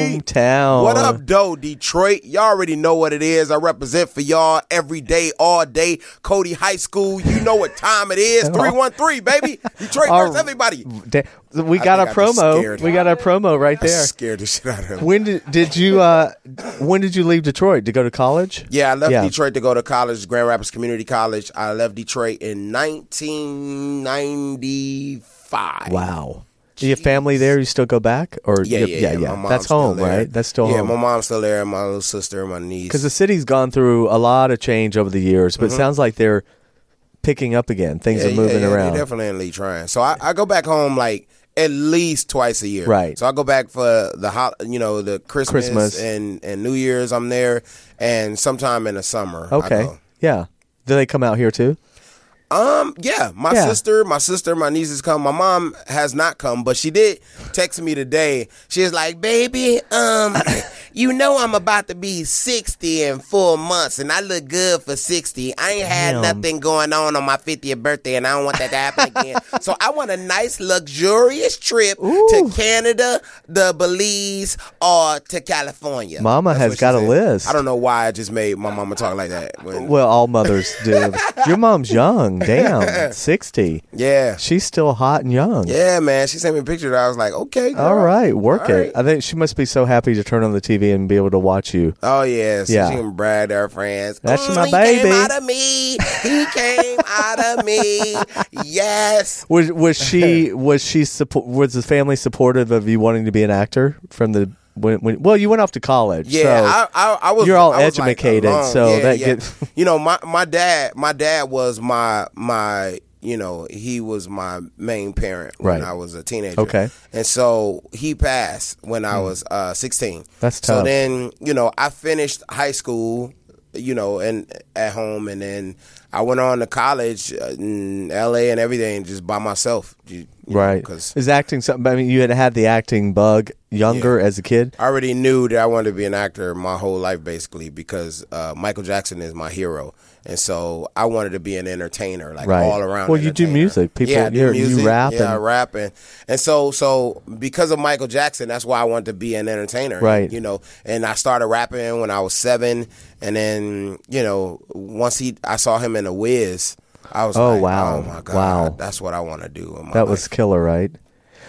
Speaker 2: hometown.
Speaker 5: What up, though, Detroit? Y'all already know what it is. I represent for y'all every day, all day. Cody High School. You know what time it is. 313, baby. Detroit
Speaker 2: Our-
Speaker 5: versus everybody.
Speaker 2: Da- We
Speaker 5: I
Speaker 2: got our
Speaker 5: think I just
Speaker 2: promo.
Speaker 5: scared
Speaker 2: We
Speaker 5: him.
Speaker 2: got our promo right there.
Speaker 5: Scared the shit out of him.
Speaker 2: When did did you uh when did you leave Detroit to go to college?
Speaker 5: Yeah, I left Detroit to go to college, Grand Rapids Community College. I left Detroit in 1995.
Speaker 2: Wow. Do your family there? You still go back or
Speaker 5: Yeah, yeah, yeah. My mom's
Speaker 2: That's
Speaker 5: still
Speaker 2: home,
Speaker 5: there.
Speaker 2: right? That's still
Speaker 5: yeah,
Speaker 2: home.
Speaker 5: my mom's still there, and my little sister, and my niece.
Speaker 2: because the city's gone through a lot of change over the years,
Speaker 5: Mm-hmm.
Speaker 2: but it sounds like they're picking up again. Things are moving
Speaker 5: they're
Speaker 2: around.
Speaker 5: definitely trying. So I, I go back home like at least twice a year.
Speaker 2: Right.
Speaker 5: So I go back for the hot, you know, the Christmas,
Speaker 2: Christmas.
Speaker 5: and and New Year's. I'm there, and sometime in the summer. I
Speaker 2: okay,
Speaker 5: go.
Speaker 2: yeah. Do they come out here too?
Speaker 5: Um. Yeah. My
Speaker 2: Yeah.
Speaker 5: sister, my sister, my nieces come. My mom has not come, but she did text me today. She's like, "Baby, um, you know I'm about to be 60 in four months, and I look good for 60. I ain't had
Speaker 6: Damn.
Speaker 5: nothing going on on my 50th birthday, and I don't want that to happen again. so I want a nice, luxurious trip to Canada, the Belize, or to California.
Speaker 2: Mama has
Speaker 5: what she
Speaker 2: got a
Speaker 5: said.
Speaker 2: list.
Speaker 5: I don't know why I just made my mama talk like that. but-
Speaker 2: Well, all mothers do. Your mom's young. Damn, sixty.
Speaker 5: yeah.
Speaker 2: She's still hot and young.
Speaker 5: Yeah, man. She sent me a picture. That I was like, okay, girl.
Speaker 2: All right, work
Speaker 5: All
Speaker 2: it.
Speaker 5: right.
Speaker 2: I think she must be so happy to turn on the TV and be able to watch you.
Speaker 5: Oh yeah, so
Speaker 2: Yeah.
Speaker 5: she can brag to her friends.
Speaker 2: That's
Speaker 5: "Mm,
Speaker 2: my
Speaker 5: he
Speaker 2: baby."
Speaker 5: Came out of me. He came out of me. Yes.
Speaker 2: Was was she was she support was the family supportive of you wanting to be an actor from the when, when well you went off to college
Speaker 5: Yeah,
Speaker 2: so
Speaker 5: I, I, I was.
Speaker 2: you're all
Speaker 5: I was, like,
Speaker 2: educated,
Speaker 5: alone.
Speaker 2: so
Speaker 5: Yeah,
Speaker 2: that
Speaker 5: yeah.
Speaker 2: get-
Speaker 5: you know my my dad. My dad was my my. You know, he was my main parent
Speaker 2: Right.
Speaker 5: when I was a teenager.
Speaker 2: Okay. Hmm.
Speaker 5: and so he passed when I was uh, sixteen.
Speaker 2: That's
Speaker 5: So
Speaker 2: tough.
Speaker 5: then you know I finished high school. You know, and at home, and then I went on to college uh, in L.A. and everything, just by myself. You, you know,
Speaker 2: right
Speaker 5: 'cause
Speaker 2: is acting something I mean you had had the acting bug younger as a kid
Speaker 5: I already knew that I wanted to be an actor my whole life, basically, because uh, Michael Jackson is my hero, and so I wanted to be an entertainer, like
Speaker 2: Right.
Speaker 5: all around.
Speaker 2: Well, you do
Speaker 5: entertainer.
Speaker 2: music. People-
Speaker 5: yeah, I do
Speaker 2: you're- you
Speaker 5: music.
Speaker 2: rap
Speaker 5: yeah, I
Speaker 2: and-
Speaker 5: rap, and, and so so because of Michael Jackson, that's why I wanted to be an entertainer,
Speaker 2: Right.
Speaker 5: You know, and I started rapping when I was seven, and then you know once he, I saw him in a Wiz. I was
Speaker 2: Oh,
Speaker 5: like,
Speaker 2: wow.
Speaker 5: oh my god,
Speaker 2: Wow.
Speaker 5: that's what I want to do. In my
Speaker 2: that was
Speaker 5: life."
Speaker 2: killer right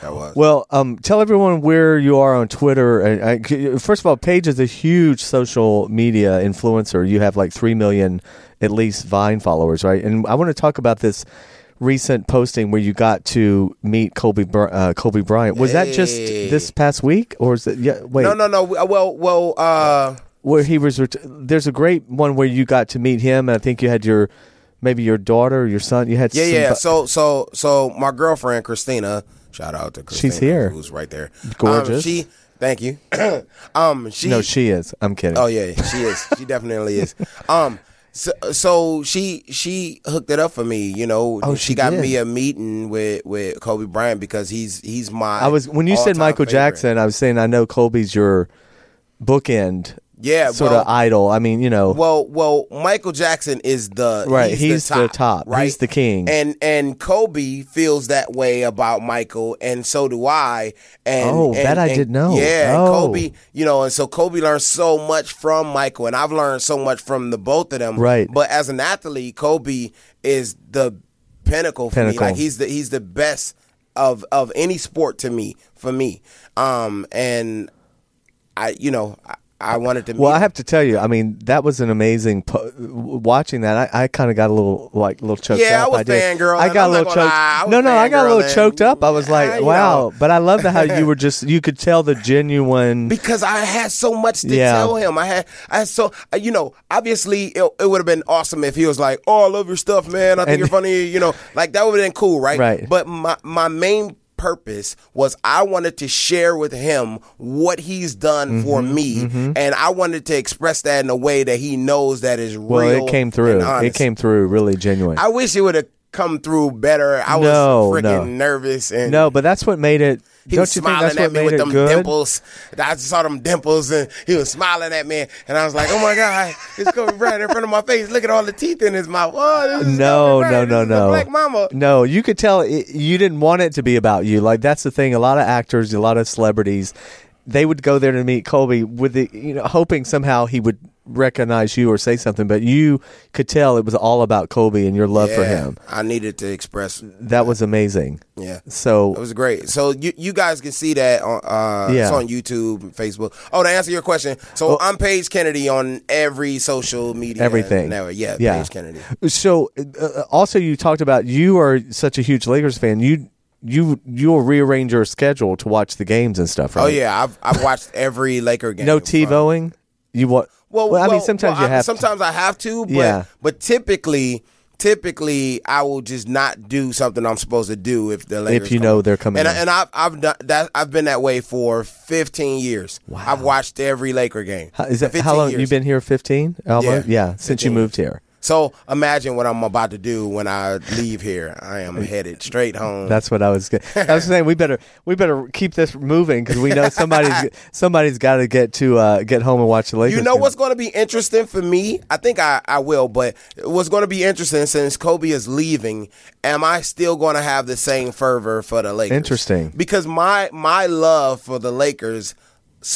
Speaker 5: that was
Speaker 2: well um tell everyone where you are on Twitter and I c first of all Paige is a huge social media influencer you have like three million at least Vine followers right and I want to talk about this recent posting where you got to meet Kobe Br- uh, Kobe Bryant was that just
Speaker 5: Hey.
Speaker 2: this past week or is it yeah wait
Speaker 5: no, no, no. Well, well, uh.
Speaker 2: where he was. Ret- there's a great one where you got to meet him, and I think you had your maybe your daughter, or your son. You had
Speaker 5: Yeah,
Speaker 2: some-
Speaker 5: yeah. So, so, so my girlfriend Christina, shout out to Christina,
Speaker 2: here.
Speaker 5: who's right there,
Speaker 2: Gorgeous.
Speaker 5: Um, she, thank you. um, she,
Speaker 2: no, she is. I'm kidding.
Speaker 5: oh yeah, yeah, she is. She definitely is. Um, so, so she she hooked it up for me. You know,
Speaker 2: Oh,
Speaker 5: she,
Speaker 2: she
Speaker 5: got
Speaker 2: did.
Speaker 5: me a meeting with with Kobe Bryant because he's he's my.
Speaker 2: I was when you said
Speaker 5: all-time
Speaker 2: Michael
Speaker 5: favorite.
Speaker 2: Jackson, I was saying I know Colby's your bookend
Speaker 5: Yeah,
Speaker 2: sort
Speaker 5: well-
Speaker 2: of idol. I mean, you know,
Speaker 5: Well, well, Michael Jackson is the
Speaker 2: Right,
Speaker 5: He's,
Speaker 2: he's
Speaker 5: the,
Speaker 2: the
Speaker 5: top,
Speaker 2: top.
Speaker 5: Right,
Speaker 2: He's the king.
Speaker 5: And and Kobe feels that way about Michael, and so do I. And
Speaker 2: Oh,
Speaker 5: and-
Speaker 2: that I
Speaker 5: and-
Speaker 2: didn't know.
Speaker 5: Yeah, and
Speaker 2: Oh.
Speaker 5: Kobe. You know, and so Kobe learned so much from Michael, and I've learned so much from the both of them.
Speaker 2: Right.
Speaker 5: But as an athlete, Kobe is the pinnacle for
Speaker 2: Pinnacle.
Speaker 5: me. Like he's the he's the best of of any sport to me for me. Um, and I, you know, I, I wanted to.
Speaker 2: Well,
Speaker 5: meet
Speaker 2: I
Speaker 5: him.
Speaker 2: have to tell you, I mean, that was an amazing po- watching that. I, I kind of got a little like little choked
Speaker 5: Yeah, I
Speaker 2: up.
Speaker 5: was
Speaker 2: did.
Speaker 5: fangirling.
Speaker 2: I got a
Speaker 5: I'm not
Speaker 2: little
Speaker 5: gonna
Speaker 2: choked.
Speaker 5: lie, I was
Speaker 2: no, no, I got a little
Speaker 5: fangirling.
Speaker 2: choked up. I was
Speaker 5: I
Speaker 2: like,
Speaker 5: know.
Speaker 2: wow. But I love the how you were just you could tell the genuine.
Speaker 5: because I had so much to
Speaker 2: Yeah.
Speaker 5: tell him. I had, I had so uh, you know. Obviously, it, it would have been awesome if he was like, "Oh, I love your stuff, man. I think
Speaker 2: And-
Speaker 5: you're funny." You know, like that would have been cool, right?
Speaker 2: Right.
Speaker 5: But my my main purpose was I wanted to share with him what he's
Speaker 2: Mm-hmm,
Speaker 5: done for me, and I wanted to express that in a way that he knows that is
Speaker 2: well,
Speaker 5: real.
Speaker 2: it came through.
Speaker 5: and
Speaker 2: It
Speaker 5: honest.
Speaker 2: came through really genuine.
Speaker 5: I wish it would have come through better. I
Speaker 2: No,
Speaker 5: was
Speaker 2: no.
Speaker 5: freaking nervous and
Speaker 2: no, but that's what made it.
Speaker 5: he
Speaker 2: don't
Speaker 5: was
Speaker 2: you think
Speaker 5: smiling
Speaker 2: that's what
Speaker 5: at me
Speaker 2: made
Speaker 5: with
Speaker 2: it
Speaker 5: them
Speaker 2: good?
Speaker 5: dimples. I just saw them dimples, and he was smiling at me, and I was like, "Oh my god, it's Kobe Bryant in front of my face! Look at all the teeth in his mouth!" Oh, this is
Speaker 2: No, no,
Speaker 5: Kobe Bryant.
Speaker 2: no,
Speaker 5: This is the
Speaker 2: no.
Speaker 5: Black Mama.
Speaker 2: No, you could tell it, you didn't want it to be about you. Like that's the thing. A lot of actors, a lot of celebrities, they would go there to meet Colby with the you know hoping somehow he would recognize you or say something. But you could tell it was all about Colby and your love for
Speaker 5: Yeah,
Speaker 2: him.
Speaker 5: I needed to express.
Speaker 2: That was amazing.
Speaker 5: Yeah.
Speaker 2: So
Speaker 5: It was great. So you you guys can see that on uh
Speaker 2: Yeah.
Speaker 5: it's on YouTube, and Facebook. Oh, to answer your question, so I'm Paige Kennedy on every social media,
Speaker 2: Everything.
Speaker 5: Never, yeah,
Speaker 2: Yeah.
Speaker 5: Paige Kennedy.
Speaker 2: So, uh, also, you talked about you are such a huge Lakers fan. You you you'll rearrange your schedule to watch the games and stuff, right?
Speaker 5: Oh yeah, I've I've watched every Laker game.
Speaker 2: No
Speaker 5: from-
Speaker 2: TiVoing. You what?
Speaker 5: Well,
Speaker 2: I mean,
Speaker 5: well,
Speaker 2: sometimes
Speaker 5: well,
Speaker 2: you
Speaker 5: I-
Speaker 2: have. to.
Speaker 5: Sometimes I have to, but
Speaker 2: Yeah.
Speaker 5: but typically, typically I will just not do something I'm supposed to do if the Lakers
Speaker 2: you
Speaker 5: come
Speaker 2: know
Speaker 5: up.
Speaker 2: they're coming
Speaker 5: And I,
Speaker 2: up.
Speaker 5: and I've I've done that. I've been that way for 15 years. Wow. I've watched every Laker game.
Speaker 2: How- is that
Speaker 5: 15
Speaker 2: how long
Speaker 5: years.
Speaker 2: you've been here? Fifteen, almost.
Speaker 5: Yeah.
Speaker 2: Yeah, since you
Speaker 5: 15.
Speaker 2: moved here.
Speaker 5: So imagine what I'm about to do when I leave here. I am headed straight home.
Speaker 2: That's what I was. Get, I was saying we better we better keep this moving because we know somebody's somebody's got to get to uh, get home and watch the Lakers.
Speaker 5: You know
Speaker 2: game.
Speaker 5: what's going to be interesting for me? I think I, I will, but what's going to be interesting since Kobe is leaving, am I still going to have the same fervor for the Lakers?
Speaker 2: Interesting.
Speaker 5: Because my my love for the Lakers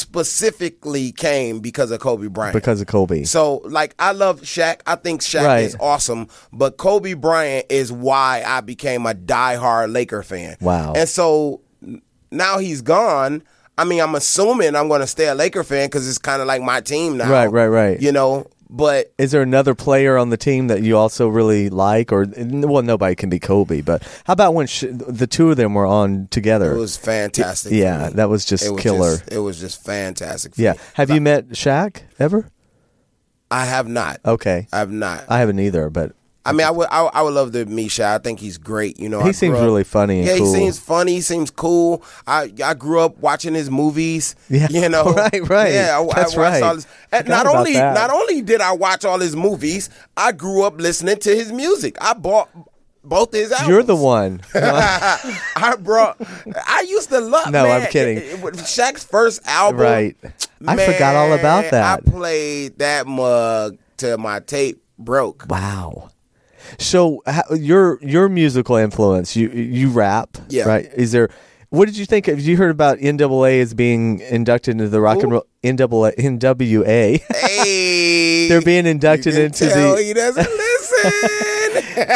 Speaker 5: specifically came because of Kobe Bryant.
Speaker 2: because of Kobe.
Speaker 5: so like I love Shaq. I think Shaq
Speaker 2: Right.
Speaker 5: is awesome, but Kobe Bryant is why I became a diehard Laker fan.
Speaker 2: Wow.
Speaker 5: And so n- now he's gone. I mean, I'm assuming I'm going to stay a Laker fan because it's kind of like my team now.
Speaker 2: Right, right, right.
Speaker 5: You know, but
Speaker 2: is there another player on the team that you also really like or well nobody can be kobe but how about when sh- the two of them were on together
Speaker 5: it was fantastic. for
Speaker 2: yeah
Speaker 5: me.
Speaker 2: that was just
Speaker 5: It was
Speaker 2: killer
Speaker 5: just- it was just fantastic. for
Speaker 2: yeah
Speaker 5: me.
Speaker 2: have you met Shaq ever
Speaker 5: I have not.
Speaker 2: okay
Speaker 5: I have not. I,
Speaker 2: i haven't either but
Speaker 5: mean, I would. I, I would love to meet Shaq. I think he's great. You know, I
Speaker 2: he seems
Speaker 5: grew up-
Speaker 2: really funny and
Speaker 5: yeah,
Speaker 2: cool
Speaker 5: he seems funny. He seems cool. I I grew up watching his movies.
Speaker 2: Yeah.
Speaker 5: you know,
Speaker 2: Right, right.
Speaker 5: Yeah, I,
Speaker 2: That's
Speaker 5: I watched
Speaker 2: right.
Speaker 5: all his. And
Speaker 2: Forgot
Speaker 5: not
Speaker 2: about
Speaker 5: only
Speaker 2: that.
Speaker 5: not only did I watch all his movies, I grew up listening to his music. I bought both his albums.
Speaker 2: you're the one
Speaker 5: I brought. I used to love.
Speaker 2: No, I'm
Speaker 5: man,
Speaker 2: kidding.
Speaker 5: it- it was Shaq's first album.
Speaker 2: Right. I forgot all about
Speaker 5: Man,
Speaker 2: that.
Speaker 5: I played that mug till my tape broke.
Speaker 2: wow so how, your your musical influence you you rap
Speaker 5: Yeah.
Speaker 2: right is there what did you think of you heard about NAA as being inducted into the rock and roll NAA NWA
Speaker 5: Hey,
Speaker 2: they're being inducted
Speaker 5: You can
Speaker 2: into
Speaker 5: tell
Speaker 2: the
Speaker 5: He doesn't listen.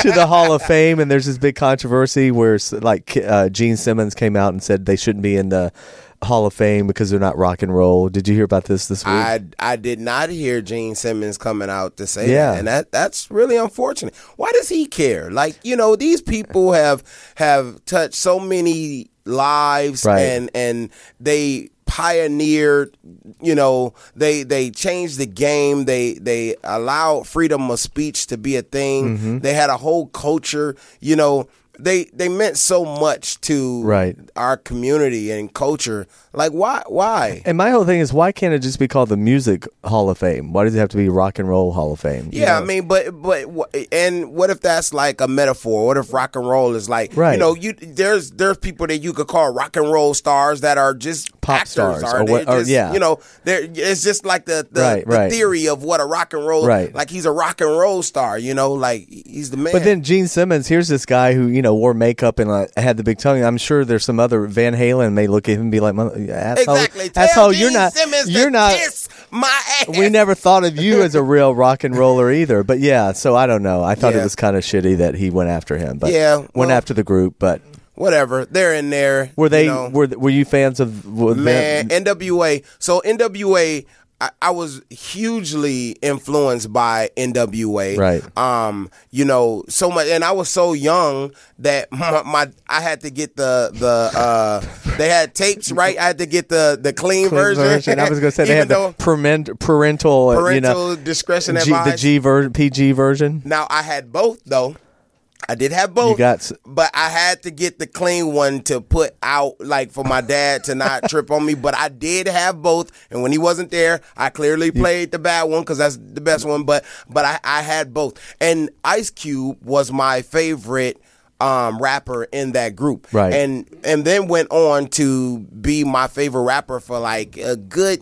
Speaker 2: to the Hall of Fame, and there's this big controversy where s- like uh, Gene Simmons came out and said they shouldn't be in the Hall of Fame because they're not rock and roll. Did you hear about this this week?
Speaker 5: I I did not hear Gene Simmons coming out to say
Speaker 2: Yeah.
Speaker 5: that, and that that's really unfortunate. Why does he care? Like you know, these people have have touched so many lives,
Speaker 2: Right.
Speaker 5: and and they pioneered. You know, they they changed the game. They they
Speaker 2: Mm-hmm.
Speaker 5: allowed freedom of speech to be a thing. They had a whole culture. You know. they they meant so much to
Speaker 2: Right.
Speaker 5: our community and culture. Like why why?
Speaker 2: And my whole thing is, why can't it just be called the Music Hall of Fame? Why does it have to be Rock and Roll Hall of Fame? You
Speaker 5: Yeah,
Speaker 2: know?
Speaker 5: I mean, but but wh- and what if that's like a metaphor? What if rock and roll is like
Speaker 2: Right.
Speaker 5: you know you there's there's people that you could call rock and roll stars that are just
Speaker 2: Pop
Speaker 5: actors,
Speaker 2: stars or
Speaker 5: they
Speaker 2: what- or-
Speaker 5: just,
Speaker 2: yeah.
Speaker 5: you know they're it's just like the the,
Speaker 2: Right,
Speaker 5: the
Speaker 2: right.
Speaker 5: theory of what a rock and roll
Speaker 2: Right.
Speaker 5: like he's a rock and roll star you know like he's the man.
Speaker 2: But then Gene Simmons, here's this guy who you know wore makeup and uh, had the big tongue. I'm sure there's some other Van Halen. They look at him and be like, "Mother- asshole,
Speaker 5: exactly Tell
Speaker 2: asshole, you're
Speaker 5: Gene
Speaker 2: not,
Speaker 5: Simmons to
Speaker 2: you're not."
Speaker 5: kiss my ass.
Speaker 2: We never thought of you as a real rock and roller either. But yeah, so I don't know. I thought it
Speaker 5: Yeah.
Speaker 2: was kind of shitty that he went after him. But
Speaker 5: Yeah,
Speaker 2: went
Speaker 5: well-
Speaker 2: after the group. But
Speaker 5: whatever they're in there
Speaker 2: were they
Speaker 5: you know.
Speaker 2: were were you fans of were Van-
Speaker 5: man nwa so nwa I, I was hugely influenced by nwa
Speaker 2: Right.
Speaker 5: um you know so much and i was so young that my, my i had to get the the uh they had tapes right i had to get the the clean, version.
Speaker 2: I was going to say they had
Speaker 5: Even
Speaker 2: the
Speaker 5: though
Speaker 2: parental, parental, uh, you know,
Speaker 5: Parental discretion
Speaker 2: G, the
Speaker 5: advised.
Speaker 2: G ver- PG version.
Speaker 5: now i had both though I did have both,
Speaker 2: got s-
Speaker 5: but I had to get the clean one to put out, like for my dad to not trip on me. But I did have both, and when he wasn't there, I clearly played the bad one because that's the best one. But but I, I had both, and Ice Cube was my favorite um, rapper in that group,
Speaker 2: Right.
Speaker 5: And and then went on to be my favorite rapper for like a good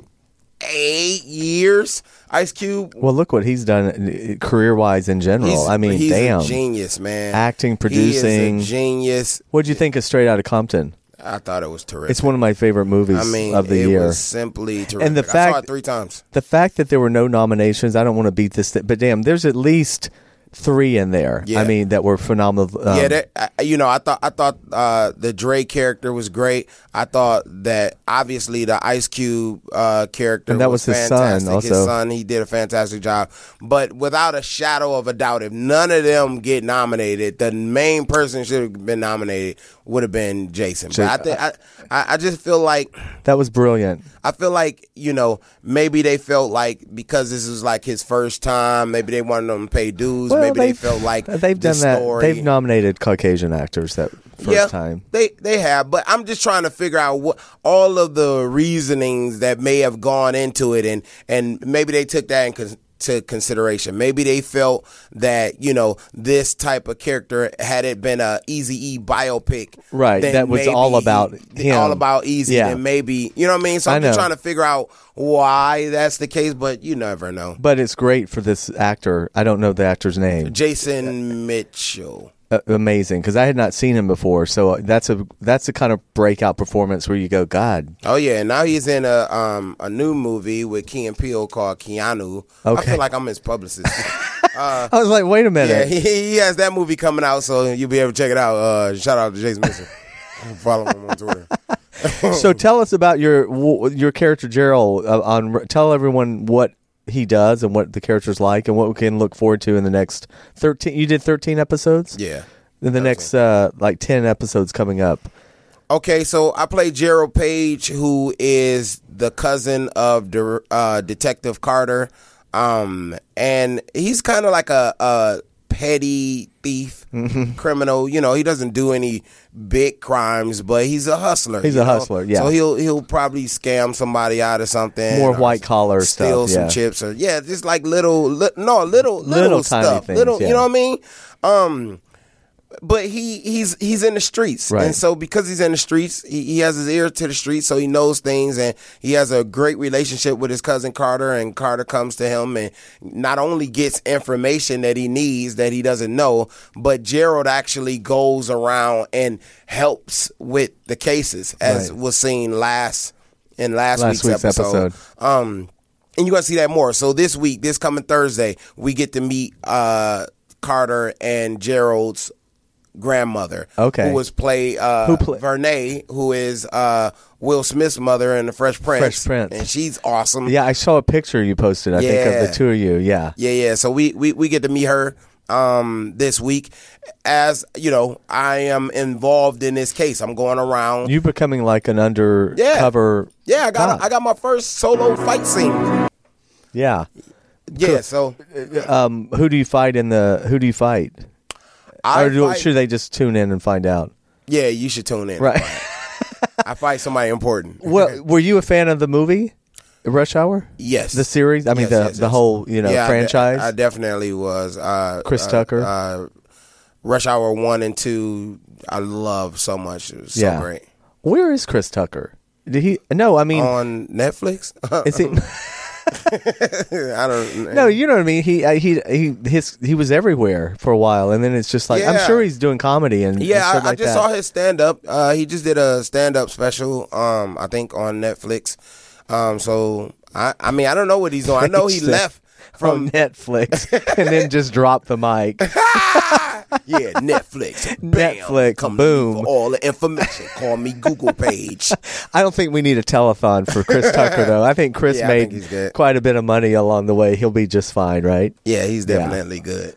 Speaker 5: eight years. Ice Cube.
Speaker 2: Well, look what he's done career wise in general.
Speaker 5: He's,
Speaker 2: I mean,
Speaker 5: he's
Speaker 2: damn.
Speaker 5: a genius, man.
Speaker 2: Acting,
Speaker 5: He
Speaker 2: producing.
Speaker 5: is a genius.
Speaker 2: What'd you think of Straight Outta Compton?
Speaker 5: I thought it was terrific.
Speaker 2: It's one of my favorite movies
Speaker 5: I mean,
Speaker 2: of the
Speaker 5: it
Speaker 2: year.
Speaker 5: was simply terrific.
Speaker 2: And the
Speaker 5: I saw
Speaker 2: fact-
Speaker 5: it three times.
Speaker 2: The fact that there were no nominations, I don't want to beat this, thi- but damn, there's at least three in there.
Speaker 5: Yeah.
Speaker 2: I mean, that were phenomenal. um,
Speaker 5: yeah, that I, you know, I thought I thought uh, the Dre character was great. I thought that obviously the Ice Cube uh, character
Speaker 2: And that was his son
Speaker 5: fantastic.
Speaker 2: also.
Speaker 5: His son, he did a fantastic job. But without a shadow of a doubt, if none of them get nominated, the main person should have been nominated would have been Jason. But I think I, I, I just feel like.
Speaker 2: that was brilliant.
Speaker 5: I feel like you know maybe they felt like because this was like his first time, maybe they wanted him to pay dues. maybe they
Speaker 2: they've-
Speaker 5: felt like
Speaker 2: they've
Speaker 5: the
Speaker 2: done that.
Speaker 5: story-
Speaker 2: They've nominated Caucasian actors that first
Speaker 5: yeah,
Speaker 2: time.
Speaker 5: They they have, but I'm just trying to figure out what all of the reasonings that may have gone into it, and and maybe they took that into consideration. Maybe they felt that you know this type of character had it been a Easy E biopic,
Speaker 2: Right,
Speaker 5: then
Speaker 2: that was
Speaker 5: maybe
Speaker 2: all about
Speaker 5: he-
Speaker 2: him.
Speaker 5: all about Easy,
Speaker 2: Yeah.
Speaker 5: then maybe you know what I mean. So
Speaker 2: I
Speaker 5: I'm just
Speaker 2: know.
Speaker 5: trying to figure out why that's the case, but you never know.
Speaker 2: But it's great for this actor. I don't know the actor's name.
Speaker 5: Jason Mitchell.
Speaker 2: uh, amazing because I had not seen him before. So uh, that's a that's the kind of breakout performance where you go, God,
Speaker 5: Oh yeah, and now he's in a um a new movie with Key and Peele called Keanu. I
Speaker 2: Okay.
Speaker 5: feel like I'm his publicist.
Speaker 2: I was like, wait a
Speaker 5: Uh-huh. yeah,
Speaker 2: minute.
Speaker 5: he, he has that movie coming out, so you'll be able to check it out. Uh, shout out to Jason Mitchell. Follow him on Twitter. Oh.
Speaker 2: so tell us about your w- your character Gerald. Uh, on tell everyone what he does and what the character's like and what we can look forward to in the next thirteen. You did thirteen episodes.
Speaker 5: Yeah.
Speaker 2: In the next uh, like ten episodes coming up.
Speaker 5: Okay, so I play Gerald Page, who is the cousin of De- uh, Detective Carter, um, and he's kind of like a, a petty thief,
Speaker 2: Mm-hmm.
Speaker 5: criminal. You know, he doesn't do any big crimes, but he's a hustler.
Speaker 2: He's
Speaker 5: you
Speaker 2: a
Speaker 5: know?
Speaker 2: hustler, yeah.
Speaker 5: So he'll he'll probably scam somebody out of something,
Speaker 2: More
Speaker 5: or
Speaker 2: white collar stuff,
Speaker 5: steal some
Speaker 2: yeah.
Speaker 5: chips, or yeah, just like little, li- no, little, little,
Speaker 2: Little tiny
Speaker 5: stuff,
Speaker 2: things,
Speaker 5: little.
Speaker 2: yeah.
Speaker 5: You know what I mean? Um, but he he's he's in the streets,
Speaker 2: Right.
Speaker 5: and so because he's in the streets, he, he has his ear to the streets, so he knows things, and he has a great relationship with his cousin Carter. And Carter comes to him and not only gets information that he needs that he doesn't know, but Gerald actually goes around and helps with the cases, as
Speaker 2: Right.
Speaker 5: was seen last in last,
Speaker 2: Last
Speaker 5: week's,
Speaker 2: week's
Speaker 5: episode. Um, and you're gonna see that more. So this week, this coming Thursday, we get to meet uh, Carter and Gerald's grandmother.
Speaker 2: Okay.
Speaker 5: Who was play uh
Speaker 2: Who play-
Speaker 5: Vernay, who is uh Will Smith's mother in the Fresh Prince.
Speaker 2: Fresh Prince.
Speaker 5: And she's awesome.
Speaker 2: Yeah, I saw a picture you posted. I think of
Speaker 5: Yeah.
Speaker 2: the two of you. Yeah.
Speaker 5: Yeah, yeah. So we we, we get to meet her um this week. As you know, I am involved in this case. I'm going around.
Speaker 2: You becoming like an undercover.
Speaker 5: yeah, I got
Speaker 2: cop.
Speaker 5: I got my first solo fight scene.
Speaker 2: yeah.
Speaker 5: Yeah, so
Speaker 2: Um, who do you fight in the? Who do you fight?
Speaker 5: I
Speaker 2: or do,
Speaker 5: fight-
Speaker 2: should they just tune in and find out?
Speaker 5: Yeah, you should tune in.
Speaker 2: Right.
Speaker 5: I fight somebody important.
Speaker 2: well, were you a fan of the movie Rush Hour?
Speaker 5: Yes.
Speaker 2: The series? I mean,
Speaker 5: Yes,
Speaker 2: the,
Speaker 5: yes,
Speaker 2: the
Speaker 5: yes.
Speaker 2: whole, you know,
Speaker 5: Yeah, I de-
Speaker 2: franchise?
Speaker 5: I, definitely was. Uh,
Speaker 2: Chris
Speaker 5: uh,
Speaker 2: Tucker?
Speaker 5: Uh, Rush Hour One and Two. I love so much. It was so
Speaker 2: Yeah.
Speaker 5: great.
Speaker 2: Where is Chris Tucker? Did he? No, I mean,
Speaker 5: On Netflix.
Speaker 2: is
Speaker 5: um,
Speaker 2: he?
Speaker 5: I don't.
Speaker 2: No, you know what I mean. He uh, he he his he was everywhere for a while, and then it's just like I'm
Speaker 5: Yeah.
Speaker 2: sure he's doing comedy and and
Speaker 5: Yeah,
Speaker 2: shit
Speaker 5: I, I
Speaker 2: like
Speaker 5: just
Speaker 2: that.
Speaker 5: saw his stand up. Uh, he just did a stand up special. Um, I think on Netflix. Um, so I, I mean, I don't know what he's doing. I know he
Speaker 2: Thanks,
Speaker 5: left
Speaker 2: from
Speaker 5: from
Speaker 2: Netflix, and then just drop the mic.
Speaker 5: yeah Netflix. Bam,
Speaker 2: Netflix,
Speaker 5: Come to
Speaker 2: boom.
Speaker 5: me for all the information. Call me Google page.
Speaker 2: I don't think we need a telethon for Chris Tucker though. I think Chris
Speaker 5: Yeah, I think
Speaker 2: made
Speaker 5: he's good.
Speaker 2: quite a bit of money along the way. He'll be just fine, right?
Speaker 5: Yeah, he's definitely good.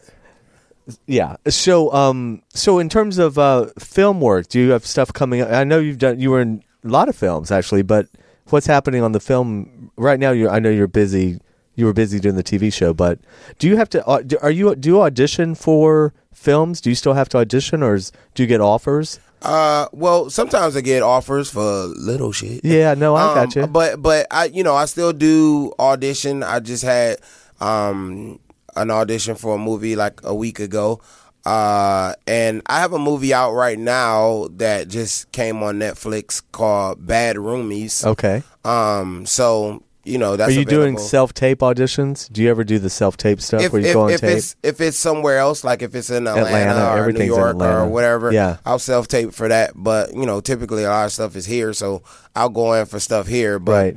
Speaker 2: Yeah. So um so in terms of uh film work, do you have stuff coming up? I know you've done you were in a lot of films actually, but what's happening on the film right now? You I know you're busy. You were busy doing the TV show, but do you have to au- do- are you do you audition for films? Do you still have to audition or is, do you get offers?
Speaker 5: Uh, well, sometimes I get offers for little shit.
Speaker 2: Yeah, no, I got you.
Speaker 5: Um, But but I you know I still do audition. I just had um an audition for a movie like a week ago. Uh, and I have a movie out right now that just came on Netflix called Bad Roomies.
Speaker 2: Okay.
Speaker 5: Um, so you know that's
Speaker 2: Oh. Are you doing
Speaker 5: available.
Speaker 2: self-tape auditions? Do you ever do the self-tape stuff
Speaker 5: if,
Speaker 2: where you
Speaker 5: if,
Speaker 2: go on
Speaker 5: if
Speaker 2: tape?
Speaker 5: it's if it's somewhere else, like if it's in Atlanta,
Speaker 2: Atlanta,
Speaker 5: or New
Speaker 2: everything's in
Speaker 5: York
Speaker 2: Atlanta.
Speaker 5: or whatever,
Speaker 2: Yeah.
Speaker 5: I'll self tape for that. But you know, typically a lot of stuff is here, so I'll go in for stuff here. But
Speaker 2: Right.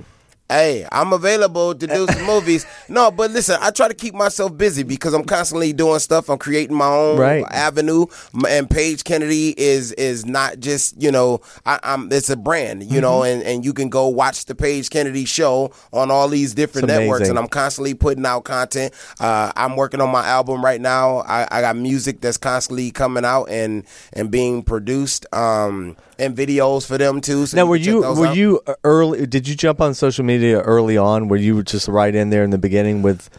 Speaker 5: hey, I'm available to do some movies. No, but listen, I try to keep myself busy because I'm constantly doing stuff. I'm creating my own
Speaker 2: Right.
Speaker 5: avenue. M- And Paige Kennedy is is not just you know, I, I'm it's a brand, you know,
Speaker 2: Mm-hmm.
Speaker 5: and and you can go watch the Paige Kennedy show on all these different
Speaker 2: It's
Speaker 5: networks,
Speaker 2: amazing.
Speaker 5: and I'm constantly putting out content. Uh, I'm working on my album right now. I, I got music that's constantly coming out and and being produced, um, and videos for them too. So
Speaker 2: Now, were
Speaker 5: can check
Speaker 2: you
Speaker 5: those
Speaker 2: were
Speaker 5: out.
Speaker 2: you uh, early? Did you jump on social media early on? Were you just right in there in the beginning with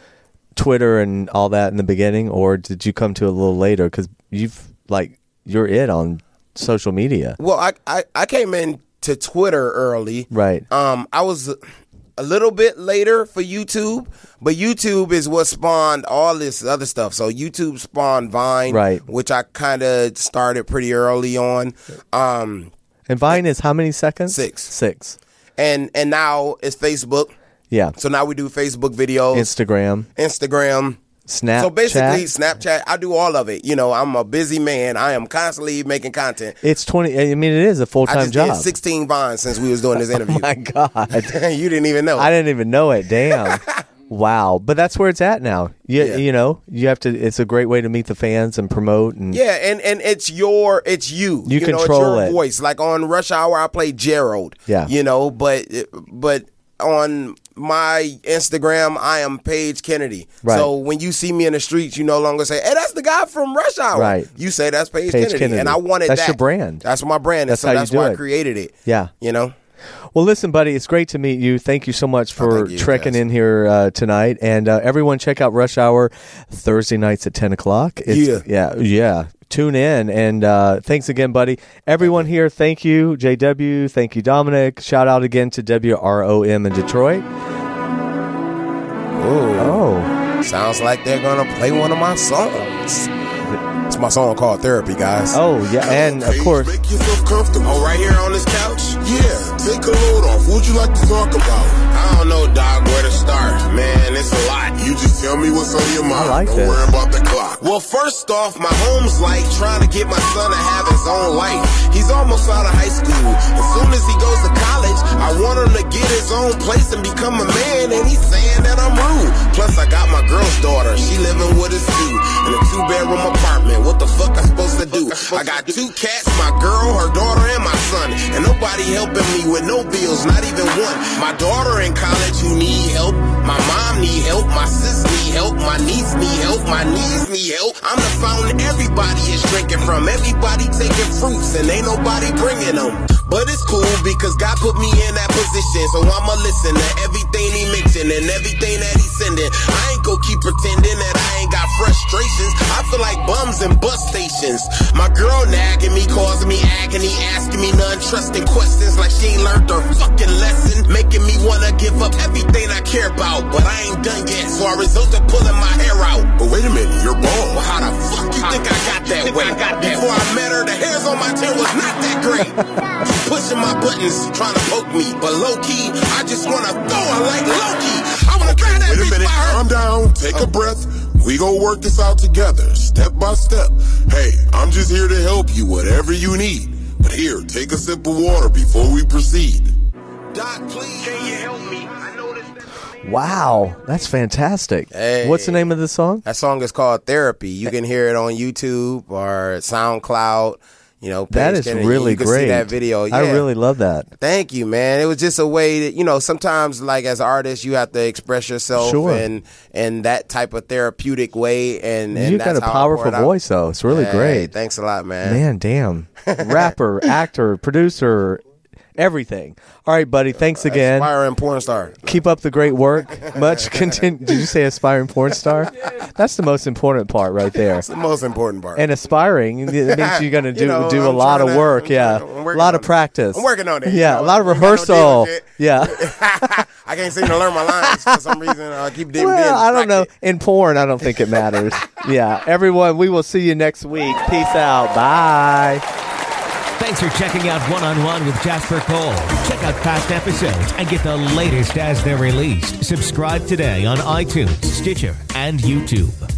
Speaker 2: Twitter and all that in the beginning, or did you come to it a little later? Because you've like you're it on social media,
Speaker 5: Well, I I, I came in to Twitter early.
Speaker 2: Right.
Speaker 5: Um, I was a little bit later for YouTube, but YouTube is what spawned all this other stuff. So YouTube spawned Vine,
Speaker 2: Right.
Speaker 5: Which I kind of started pretty early on. Um,
Speaker 2: and Vine is how many seconds?
Speaker 5: Six.
Speaker 2: Six.
Speaker 5: and and now it's Facebook.
Speaker 2: Yeah.
Speaker 5: So now we do Facebook videos,
Speaker 2: Instagram,
Speaker 5: Instagram.
Speaker 2: Snapchat.
Speaker 5: So basically, Snapchat. I do all of it. You know, I'm a busy man. I am constantly making content.
Speaker 2: it's twenty. I mean, it is a full
Speaker 5: I
Speaker 2: time
Speaker 5: just
Speaker 2: job. Oh
Speaker 5: did 16 vines since we was doing this interview.
Speaker 2: My God.
Speaker 5: you didn't even know.
Speaker 2: I didn't even know it. Damn. wow. But that's where it's at now. You,
Speaker 5: Yeah.
Speaker 2: you know, you have to. It's a great way to meet the fans and promote and
Speaker 5: Yeah, and and it's your it's you.
Speaker 2: You
Speaker 5: know, it's
Speaker 2: control
Speaker 5: your
Speaker 2: it.
Speaker 5: voice. Like on Rush Hour, I play Gerald.
Speaker 2: Yeah.
Speaker 5: you know, but but on my Instagram, I am Paige Kennedy.
Speaker 2: Right.
Speaker 5: So when you see me in the streets, you no longer say, "Hey, that's the guy from Rush Hour."
Speaker 2: Right.
Speaker 5: You say that's Paige,
Speaker 2: Paige
Speaker 5: Kennedy.
Speaker 2: Kennedy.
Speaker 5: and I wanted
Speaker 2: That's
Speaker 5: that.
Speaker 2: your brand.
Speaker 5: That's my brand.
Speaker 2: That's
Speaker 5: and so
Speaker 2: how you
Speaker 5: that's
Speaker 2: do
Speaker 5: why
Speaker 2: it.
Speaker 5: I created it.
Speaker 2: Yeah.
Speaker 5: you know.
Speaker 2: Well, listen, buddy, it's great to meet you. Thank you so much
Speaker 7: Oh,
Speaker 2: for
Speaker 5: thank you,
Speaker 2: trekking
Speaker 5: guys.
Speaker 2: in here uh, tonight. And uh, everyone, check out Rush Hour Thursday nights at 10 o'clock. It's- Yeah. Yeah. Tune in. And uh, thanks again, buddy. Everyone here, thank you, JW. Thank you, Dominic. Shout out again to WROM in Detroit.
Speaker 5: Ooh,
Speaker 2: Oh,
Speaker 5: sounds like they're gonna play one of my songs. It's my song called Therapy, guys.
Speaker 2: oh, yeah. And of course,
Speaker 8: Make yourself comfortable.
Speaker 5: Oh, right here on this couch.
Speaker 8: Yeah, take a load off. What you like to talk about? I don't know, dog, where to start. Man, it's a lot. You just tell me what's on your mind.
Speaker 2: like
Speaker 8: don't
Speaker 2: that.
Speaker 8: worry about the clock. Well, first off, my home's like trying to get my son to have his own life. He's almost out of high school. As soon as he goes to college, I want him to get his own place and become a man. And he's saying that I'm rude. Plus, I got my girl's daughter. She living with us too in a two bedroom apartment. What the fuck I supposed to do? I got two cats, my girl, her daughter, and my son. And nobody helping me with no bills, not even one. My daughter in college who need help. My mom need help. My sis need help. My niece need help. My knees need help. I'm the fountain everybody is drinking from. Everybody taking fruits and ain't nobody bringing them. But it's cool because God put me in that position. So I'ma listen to everything he mentioned and everything that he sending. I ain't gonna keep pretending that I ain't got fresh
Speaker 5: frustrations. I feel like bums in bus stations. My girl nagging me, causing me agony, asking me non-trusting questions like she ain't learned her fucking lesson. Making me wanna give up everything I care about, but I ain't done yet, so I resort to pulling my hair out. But wait a minute, you're wrong. Well, how the fuck you think I got that way? Before I met her, the hairs on my chin was not that great. She pushing my buttons, trying to poke me, but low key, I just wanna throw her like Loki. I wanna grab that
Speaker 9: Wait a
Speaker 5: bitch
Speaker 9: minute,
Speaker 5: by her Oh.
Speaker 9: calm down, take a breath. We gon' work this out together, step by step. Hey, I'm just here to help you, whatever you need. But here, take a sip of water before we proceed.
Speaker 5: Doc, please, can you help me? I know this.
Speaker 2: Wow, that's fantastic.
Speaker 7: Hey.
Speaker 2: What's the name of the song?
Speaker 7: That song is called Therapy. You can hear it on YouTube or SoundCloud. You know,
Speaker 2: That
Speaker 7: page
Speaker 2: is
Speaker 7: can-
Speaker 2: really
Speaker 7: you can
Speaker 2: great.
Speaker 7: See that video,
Speaker 2: I
Speaker 7: Yeah.
Speaker 2: really love that.
Speaker 7: Thank you, man. It was just a way that you know. Sometimes, like as artists, you have to express yourself
Speaker 2: Sure.
Speaker 7: in in that type of therapeutic way. And, and
Speaker 2: You've got
Speaker 7: that's
Speaker 2: a
Speaker 7: how I pour
Speaker 2: powerful
Speaker 7: it out.
Speaker 2: voice, though. It's really
Speaker 7: Hey,
Speaker 2: great.
Speaker 7: Thanks a lot, man.
Speaker 2: Man, damn. Rapper, actor, producer, everything. All right, buddy. Thanks again.
Speaker 7: Aspiring porn star.
Speaker 2: Keep up the great work. Much continue. Did you say aspiring porn star? That's the most important part right there.
Speaker 7: It's the most important part.
Speaker 2: And aspiring it means you're gonna
Speaker 7: You
Speaker 2: do
Speaker 7: know,
Speaker 2: do a
Speaker 7: I'm
Speaker 2: lot of
Speaker 7: tryna-
Speaker 2: work.
Speaker 7: I'm
Speaker 2: yeah,
Speaker 7: tryna- I'm
Speaker 2: a
Speaker 7: working
Speaker 2: lot
Speaker 7: on
Speaker 2: of
Speaker 7: it.
Speaker 2: practice.
Speaker 7: I'm working on it, you
Speaker 2: Yeah,
Speaker 7: know,
Speaker 2: a lot of
Speaker 7: I ain't got no
Speaker 2: rehearsal.
Speaker 7: deal with it.
Speaker 2: yeah.
Speaker 7: I can't seem to learn my lines for some reason. I keep being
Speaker 2: Well, I don't know.
Speaker 7: distracted.
Speaker 2: In porn, I don't think it matters. yeah. Everyone, we will see you next week. Peace out. Bye.
Speaker 6: Thanks for checking out One on One with Jasper Cole. Check out past episodes and get the latest as they're released. Subscribe today on iTunes, Stitcher, and YouTube.